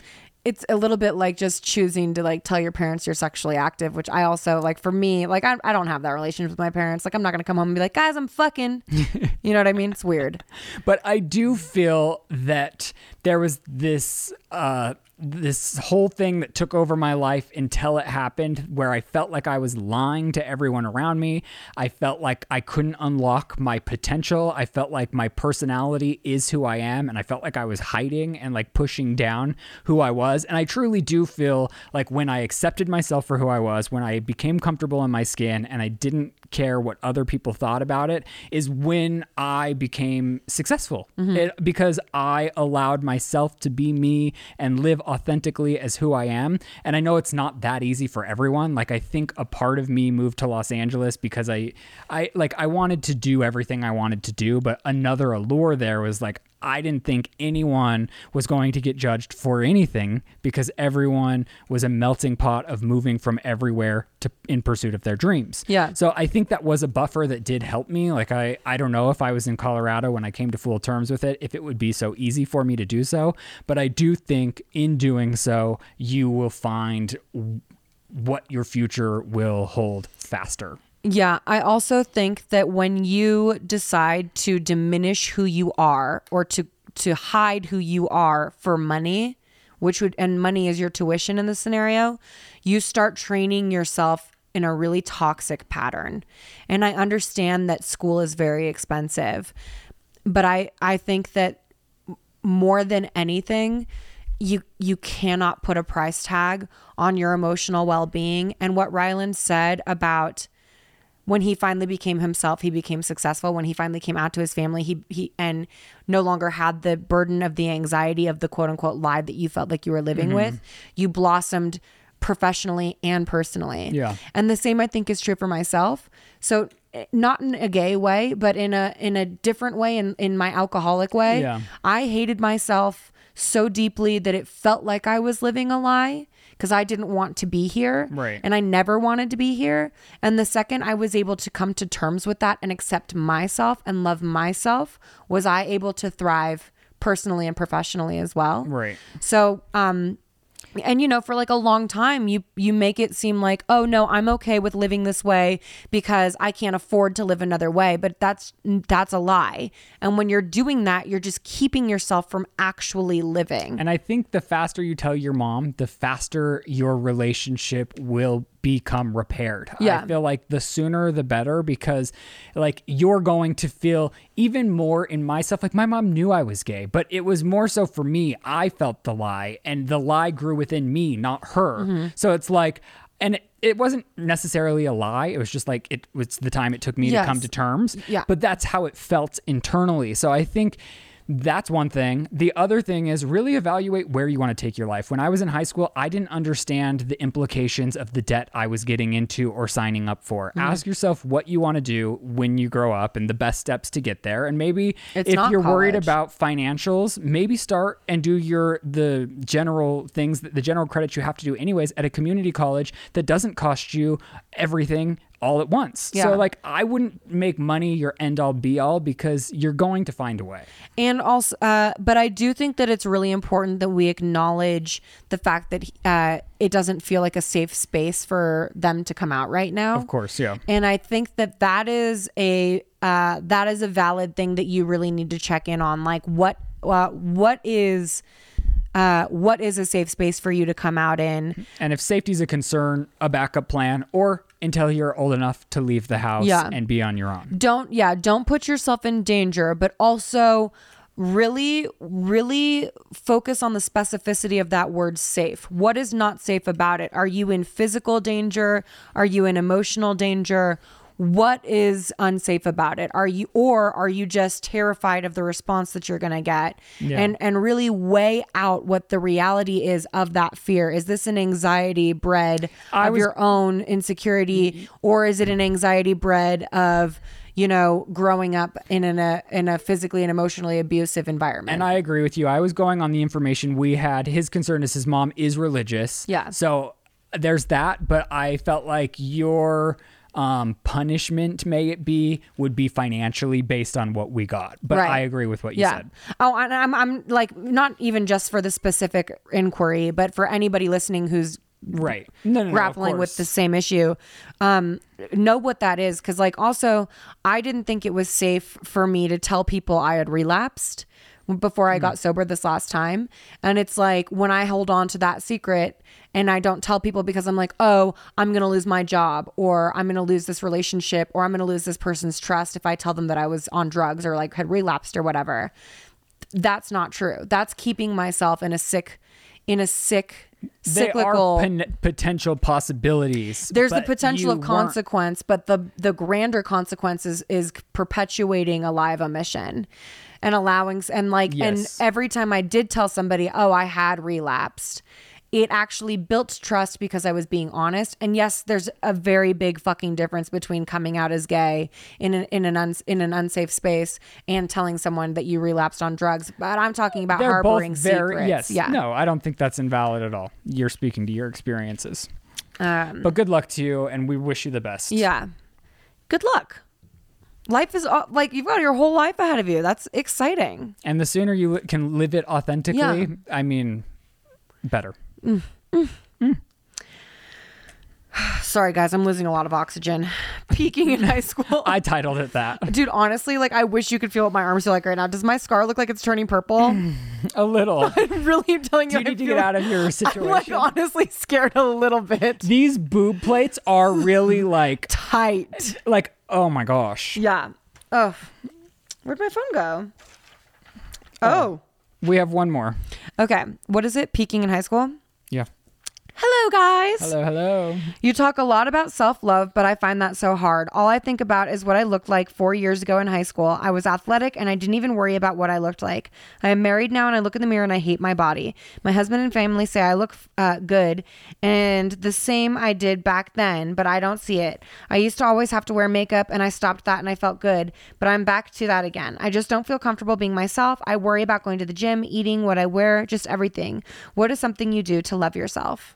[SPEAKER 2] It's a little bit like just choosing to like tell your parents you're sexually active, which I also like for me, like I, I don't have that relationship with my parents. Like I'm not going to come home and be like, guys, I'm fucking. <laughs> you know what I mean? It's weird.
[SPEAKER 1] but I do feel that there was this uh this whole thing that took over my life until it happened where I felt like I was lying to everyone around me. I felt like I couldn't unlock my potential. I felt like my personality is who I am and I felt like I was hiding and like pushing down who I was. And I truly do feel like when I accepted myself for who I was, when I became comfortable in my skin and I didn't care what other people thought about it is when I became successful It- because I allowed myself to be me and live authentically as who I am. And I know it's not that easy for everyone. Like I think a part of me moved to Los Angeles because I I like I wanted to do everything I wanted to do, but another allure there was like I didn't think anyone was going to get judged for anything because everyone was a melting pot of moving from everywhere to in pursuit of their dreams.
[SPEAKER 2] Yeah.
[SPEAKER 1] So I think that was a buffer that did help me. Like I I don't know if I was in Colorado when I came to full terms with it, if it would be so easy for me to do so, but I do think in doing so you will find w- what your future will hold faster.
[SPEAKER 2] Yeah, I also think that when you decide to diminish who you are or to to hide who you are for money, which would and money is your tuition in this scenario, you start training yourself in a really toxic pattern. And I understand that school is very expensive, but I I think that more than anything you you cannot put a price tag on your emotional well-being and what Ryland said about when he finally became himself he became successful when he finally came out to his family he he and no longer had the burden of the anxiety of the quote unquote lie that you felt like you were living with you blossomed professionally and personally
[SPEAKER 1] Yeah.
[SPEAKER 2] and the same I think is true for myself. So eh, not in a gay way, but in a in a different way in in my alcoholic way.
[SPEAKER 1] Yeah.
[SPEAKER 2] I hated myself so deeply that it felt like I was living a lie because I didn't want to be here.
[SPEAKER 1] Right.
[SPEAKER 2] And I never wanted to be here. And the second I was able to come to terms with that and accept myself and love myself, was I able to thrive personally and professionally as well.
[SPEAKER 1] Right.
[SPEAKER 2] So, um, and you know, for like a long time, you you make it seem like, oh no, I'm okay with living this way because I can't afford to live another way. But that's that's a lie. And when you're doing that, you're just keeping yourself from actually living.
[SPEAKER 1] And I think the faster you tell your mom, the faster your relationship will become repaired. I
[SPEAKER 2] Yeah.
[SPEAKER 1] feel like the sooner the better because like you're going to feel even more in myself. Like my mom knew I was gay, but it was more so for me. I felt the lie and the lie grew within me, not her.
[SPEAKER 2] Mm-hmm.
[SPEAKER 1] So it's like and it, it wasn't necessarily a lie. It was just like it was the time it took me to
[SPEAKER 2] Yes.
[SPEAKER 1] come to terms.
[SPEAKER 2] Yeah.
[SPEAKER 1] But that's how it felt internally. So I think that's one thing. The other thing is really evaluate where you want to take your life. When I was in high school, I didn't understand the implications of the debt I was getting into or signing up for.
[SPEAKER 2] Mm-hmm.
[SPEAKER 1] Ask yourself what you want to do when you grow up and the best steps to get there. And maybe
[SPEAKER 2] It's
[SPEAKER 1] if
[SPEAKER 2] not
[SPEAKER 1] you're worried
[SPEAKER 2] college.
[SPEAKER 1] about financials, maybe start and do your the general things that the general credits you have to do anyways at a community college that doesn't cost you everything all at once.
[SPEAKER 2] Yeah.
[SPEAKER 1] So like I wouldn't make money your end all be all because you're going to find a way.
[SPEAKER 2] and also uh, but i do think that it's really important that we acknowledge the fact that uh, it doesn't feel like a safe space for them to come out right now
[SPEAKER 1] Of course, yeah.
[SPEAKER 2] and i think that that is a uh, that is a valid thing that you really need to check in on like what uh, what is uh, what is a safe space for you to come out in
[SPEAKER 1] And if safety's a concern, a backup plan or until you're old enough to leave the house
[SPEAKER 2] Yeah.
[SPEAKER 1] and be on your own.
[SPEAKER 2] don't yeah don't put yourself in danger but also really, really focus on the specificity of that word safe. What is not safe about it? Are you in physical danger? Are you in emotional danger? What is unsafe about it? Are you or are you just terrified of the response that you're going to get?
[SPEAKER 1] Yeah.
[SPEAKER 2] And and really weigh out what the reality is of that fear. Is this an anxiety bred
[SPEAKER 1] I
[SPEAKER 2] of
[SPEAKER 1] was- Mm-hmm.
[SPEAKER 2] your own insecurity, or is it an anxiety bred of you know growing up in an, a in a physically and emotionally abusive environment?
[SPEAKER 1] And I agree with you. I was going on the information we had. His concern is his mom is religious.
[SPEAKER 2] Yeah.
[SPEAKER 1] So there's that. But I felt like your um, punishment, may it be, would be financially based on what we got. But
[SPEAKER 2] Right.
[SPEAKER 1] I agree with what you
[SPEAKER 2] yeah.
[SPEAKER 1] said.
[SPEAKER 2] Oh, and I'm I'm like not even just for the specific inquiry, but for anybody listening who's
[SPEAKER 1] Right. No, no, no, of
[SPEAKER 2] grappling with
[SPEAKER 1] course.
[SPEAKER 2] the same issue um know what that is because like also i didn't think it was safe for me to tell people i had relapsed before
[SPEAKER 1] Mm-hmm.
[SPEAKER 2] i got sober this last time and it's like when i hold on to that secret and i don't tell people because i'm like oh i'm gonna lose my job or i'm gonna lose this relationship or i'm gonna lose this person's trust if i tell them that i was on drugs or like had relapsed or whatever that's not true that's keeping myself in a sick in a sick
[SPEAKER 1] They
[SPEAKER 2] cyclical
[SPEAKER 1] are pen- potential possibilities.
[SPEAKER 2] there's the
[SPEAKER 1] but
[SPEAKER 2] potential of
[SPEAKER 1] you weren't.
[SPEAKER 2] consequence, but the the grander consequence is, is perpetuating a live omission and allowing s- and like
[SPEAKER 1] Yes.
[SPEAKER 2] and every time I did tell somebody, oh, I had relapsed, it actually built trust because I was being honest. And yes, there's a very big fucking difference between coming out as gay in an in an uns, in an unsafe space and telling someone that you relapsed on drugs. But I'm talking about
[SPEAKER 1] They're
[SPEAKER 2] harboring
[SPEAKER 1] both very
[SPEAKER 2] secrets.
[SPEAKER 1] yes.
[SPEAKER 2] yeah.
[SPEAKER 1] No, I don't think that's invalid at all. You're speaking to your experiences.
[SPEAKER 2] Um,
[SPEAKER 1] But good luck to you, and we wish you the best.
[SPEAKER 2] Yeah. Good luck. Life is uh, like you've got your whole life ahead of you. That's exciting.
[SPEAKER 1] And the sooner you li- can live it authentically,
[SPEAKER 2] Yeah.
[SPEAKER 1] I mean, better.
[SPEAKER 2] Sorry, guys, I'm losing a lot of oxygen. <laughs> Peaking in high school.
[SPEAKER 1] I titled it that
[SPEAKER 2] <laughs> Dude, honestly, like I wish you could feel what my arms feel like right now. Does my scar look like it's
[SPEAKER 1] <laughs>
[SPEAKER 2] turning purple? <laughs>
[SPEAKER 1] a little.
[SPEAKER 2] really, I'm telling you,
[SPEAKER 1] you
[SPEAKER 2] I
[SPEAKER 1] need to
[SPEAKER 2] feel
[SPEAKER 1] get out of your
[SPEAKER 2] I'm <laughs> like
[SPEAKER 1] situation.
[SPEAKER 2] honestly scared a little bit.
[SPEAKER 1] These boob plates are really like,
[SPEAKER 2] Tight.
[SPEAKER 1] like, oh my gosh.
[SPEAKER 2] <laughs> Yeah. Oh, where'd my phone go? Oh.
[SPEAKER 1] We have one more.
[SPEAKER 2] Okay. What is it? Peaking in high school.
[SPEAKER 1] Yeah.
[SPEAKER 2] Hello, guys.
[SPEAKER 1] Hello, hello.
[SPEAKER 2] You talk a lot about self love, but I find that so hard. All I think about is what I looked like four years ago in high school. I was athletic and I didn't even worry about what I looked like. I am married now and I look in the mirror and I hate my body. My husband and family say I look uh, good and the same I did back then, but I don't see it. I used to always have to wear makeup and I stopped that and I felt good, but I'm back to that again. I just don't feel comfortable being myself. I worry about going to the gym, eating, what I wear, just everything. What is something you do to love yourself?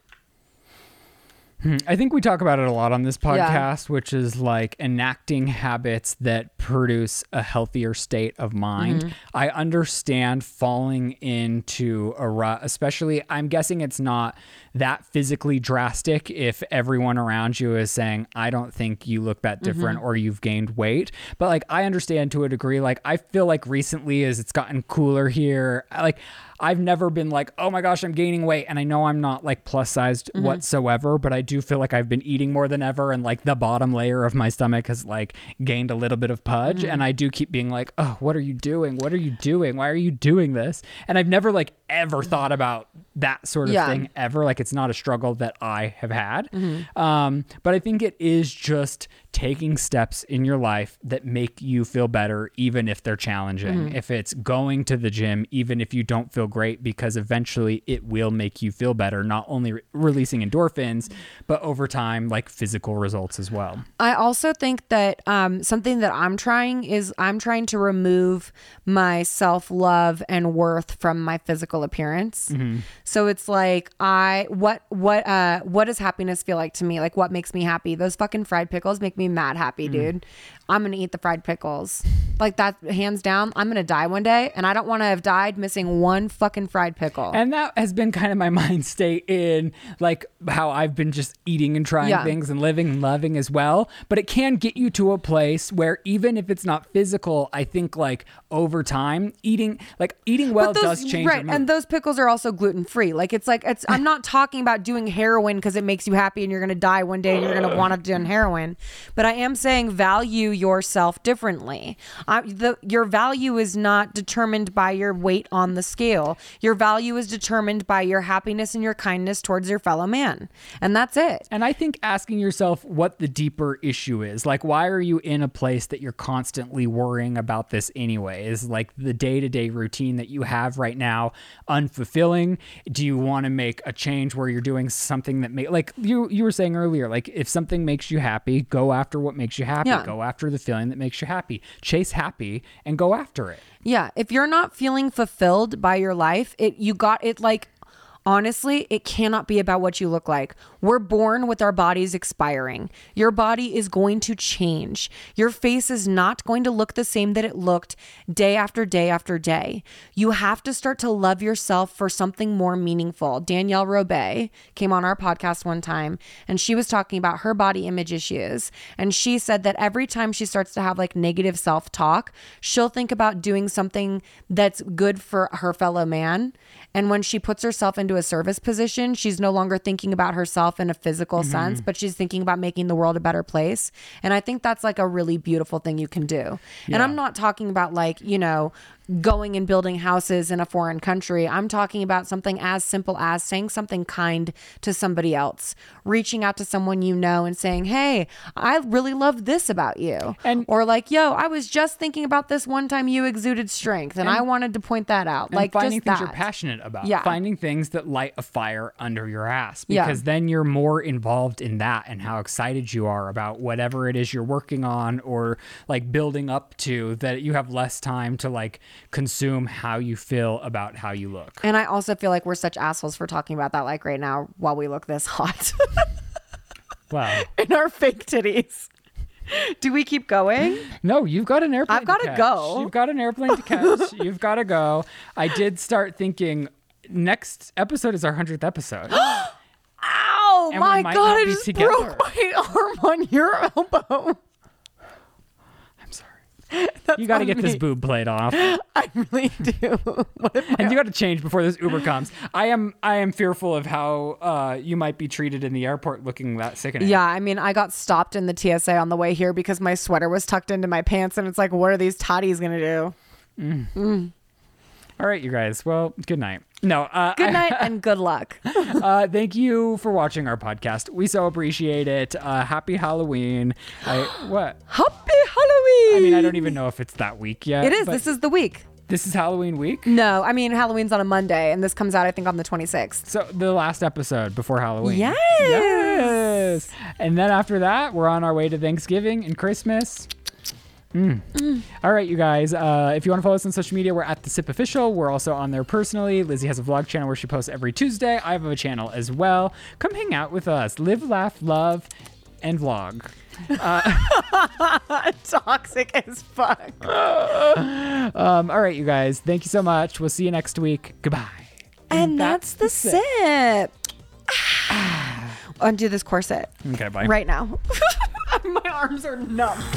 [SPEAKER 1] I think we talk about it a lot on this
[SPEAKER 2] Yeah.
[SPEAKER 1] podcast, which is like enacting habits that produce a healthier state of mind. I understand falling into a rut, especially, I'm guessing it's not that physically drastic if everyone around you is saying, I don't think you look that different or you've gained weight. But like, I understand to a degree, like, I feel like recently as it's gotten cooler here, I- like, I've never been like, oh my gosh, I'm gaining weight. And I know I'm not like plus sized whatsoever, but I do feel like I've been eating more than ever. And like the bottom layer of my stomach has like gained a little bit of pudge. And I do keep being like, oh, what are you doing? What are you doing? Why are you doing this? And I've never like ever thought about that sort of
[SPEAKER 2] Yeah.
[SPEAKER 1] thing ever. Like it's not a struggle that I have had. Um, but I think it is just taking steps in your life that make you feel better, even if they're challenging. If it's going to the gym, even if you don't feel great, because eventually it will make you feel better, not only re- releasing endorphins, but over time, like physical results as well.
[SPEAKER 2] I also think that um, something that I'm trying is I'm trying to remove my self love and worth from my physical appearance. So it's like I what what uh what does happiness feel like to me? Like what makes me happy? Those fucking fried pickles make me mad happy, dude. I'm gonna eat the fried pickles. Like that hands down. I'm gonna die one day, and I don't want to have died missing one fucking fried pickle.
[SPEAKER 1] And that has been kind of my <laughs> mind state in like how I've been just eating and trying
[SPEAKER 2] Yeah.
[SPEAKER 1] things and living and loving as well. But it can get you to a place where even if it's not physical, I think like over time eating like eating well
[SPEAKER 2] But those-
[SPEAKER 1] does change. your
[SPEAKER 2] right?
[SPEAKER 1] mood.
[SPEAKER 2] And those pickles are also gluten free. Like it's like it's I'm not talking about doing heroin because it makes you happy and you're gonna die one day and you're gonna want to do heroin. But I am saying value yourself differently. I, the, your value is not determined by your weight on the scale. Your value is determined by your happiness and your kindness towards your fellow man, and that's it.
[SPEAKER 1] And I think asking yourself what the deeper issue is, like why are you in a place that you're constantly worrying about this anyway? Is like the day-to-day routine that you have right now unfulfilling? Do you want to make a change where you're doing something that may like you you were saying earlier, like if something makes you happy, go after what makes you happy.
[SPEAKER 2] Yeah.
[SPEAKER 1] Go after the feeling that makes you happy. Chase happy and go after it.
[SPEAKER 2] Yeah, if you're not feeling fulfilled by your life, it you got it like honestly, it cannot be about what you look like. We're born with our bodies expiring. Your body is going to change. Your face is not going to look the same that it looked day after day after day. You have to start to love yourself for something more meaningful. Danielle Robay came on our podcast one time and she was talking about her body image issues and she said that every time she starts to have like negative self-talk, she'll think about doing something that's good for her fellow man. And when she puts herself into a service position, she's no longer thinking about herself in a physical sense, but she's thinking about making the world a better place. And I think that's like a really beautiful thing you can do. And I'm not talking about like, you know, going and building houses in a foreign country. I'm talking about something as simple as saying something kind to somebody else, reaching out to someone you know and saying, "Hey, I really love this about you."
[SPEAKER 1] And-
[SPEAKER 2] or like, "Yo, I was just thinking about this one time you exuded strength and, I wanted to point that out."
[SPEAKER 1] and
[SPEAKER 2] Like
[SPEAKER 1] finding
[SPEAKER 2] just
[SPEAKER 1] things
[SPEAKER 2] that.
[SPEAKER 1] you're passionate about.
[SPEAKER 2] Yeah.
[SPEAKER 1] Finding things that light a fire under your ass
[SPEAKER 2] Yeah.
[SPEAKER 1] because then you're more involved in that and how excited you are about whatever it is you're working on or like building up to that you have less time to like consume how you feel about how you look.
[SPEAKER 2] And I also feel like we're such assholes for talking about that like right now while we look this <laughs> hot <laughs>
[SPEAKER 1] Wow.
[SPEAKER 2] in our fake titties. Do we keep going?
[SPEAKER 1] No, you've got an airplane.
[SPEAKER 2] I've gotta
[SPEAKER 1] catch.
[SPEAKER 2] go.
[SPEAKER 1] You've got an airplane to
[SPEAKER 2] <laughs>
[SPEAKER 1] catch. you've got to go. I did start thinking next episode is our 100th
[SPEAKER 2] <gasps>
[SPEAKER 1] episode.
[SPEAKER 2] Ow!
[SPEAKER 1] And we
[SPEAKER 2] my
[SPEAKER 1] might
[SPEAKER 2] god,
[SPEAKER 1] not
[SPEAKER 2] I
[SPEAKER 1] be
[SPEAKER 2] just
[SPEAKER 1] together.
[SPEAKER 2] broke my <laughs> arm on your elbow.
[SPEAKER 1] I'm sorry. you got to
[SPEAKER 2] on
[SPEAKER 1] get this
[SPEAKER 2] me.
[SPEAKER 1] boob plate off.
[SPEAKER 2] <laughs> I really do. What if
[SPEAKER 1] and you got to change before this Uber comes. I am I am fearful of how uh, you might be treated in the airport, looking that sickening.
[SPEAKER 2] Yeah, I mean, I got stopped in the TSA on the way here because my sweater was tucked into my pants, and it's like, what are these toddies gonna do?
[SPEAKER 1] All right, you guys. Well, good night. No. Uh,
[SPEAKER 2] Good night and <laughs> good luck.
[SPEAKER 1] uh, thank you for watching our podcast. We so appreciate it. Uh, happy Halloween. I, what?
[SPEAKER 2] Happy Halloween!
[SPEAKER 1] I mean, I don't even know if it's that week yet.
[SPEAKER 2] It is.
[SPEAKER 1] but
[SPEAKER 2] This is the week.
[SPEAKER 1] this is Halloween week.
[SPEAKER 2] No, I mean Halloween's on a Monday, and this comes out I think on the 26th.
[SPEAKER 1] So the last episode before Halloween.
[SPEAKER 2] Yes.
[SPEAKER 1] Yes. And then after that, we're on our way to Thanksgiving and Christmas. Mm. All right, you guys. Uh, if you want to follow us on social media, we're at the Sip Official. We're also on there personally. Lizzie has a vlog channel where she posts every Tuesday. I have a channel as well. Come hang out with us. Live, laugh, love, and vlog.
[SPEAKER 2] <laughs> Toxic as fuck.
[SPEAKER 1] Um, all right, you guys. Thank you so much. We'll see you next week. Goodbye.
[SPEAKER 2] And that's the
[SPEAKER 1] sip.
[SPEAKER 2] sip. <sighs> Undo this corset
[SPEAKER 1] Okay, bye.
[SPEAKER 2] <laughs> right now. My arms are numb.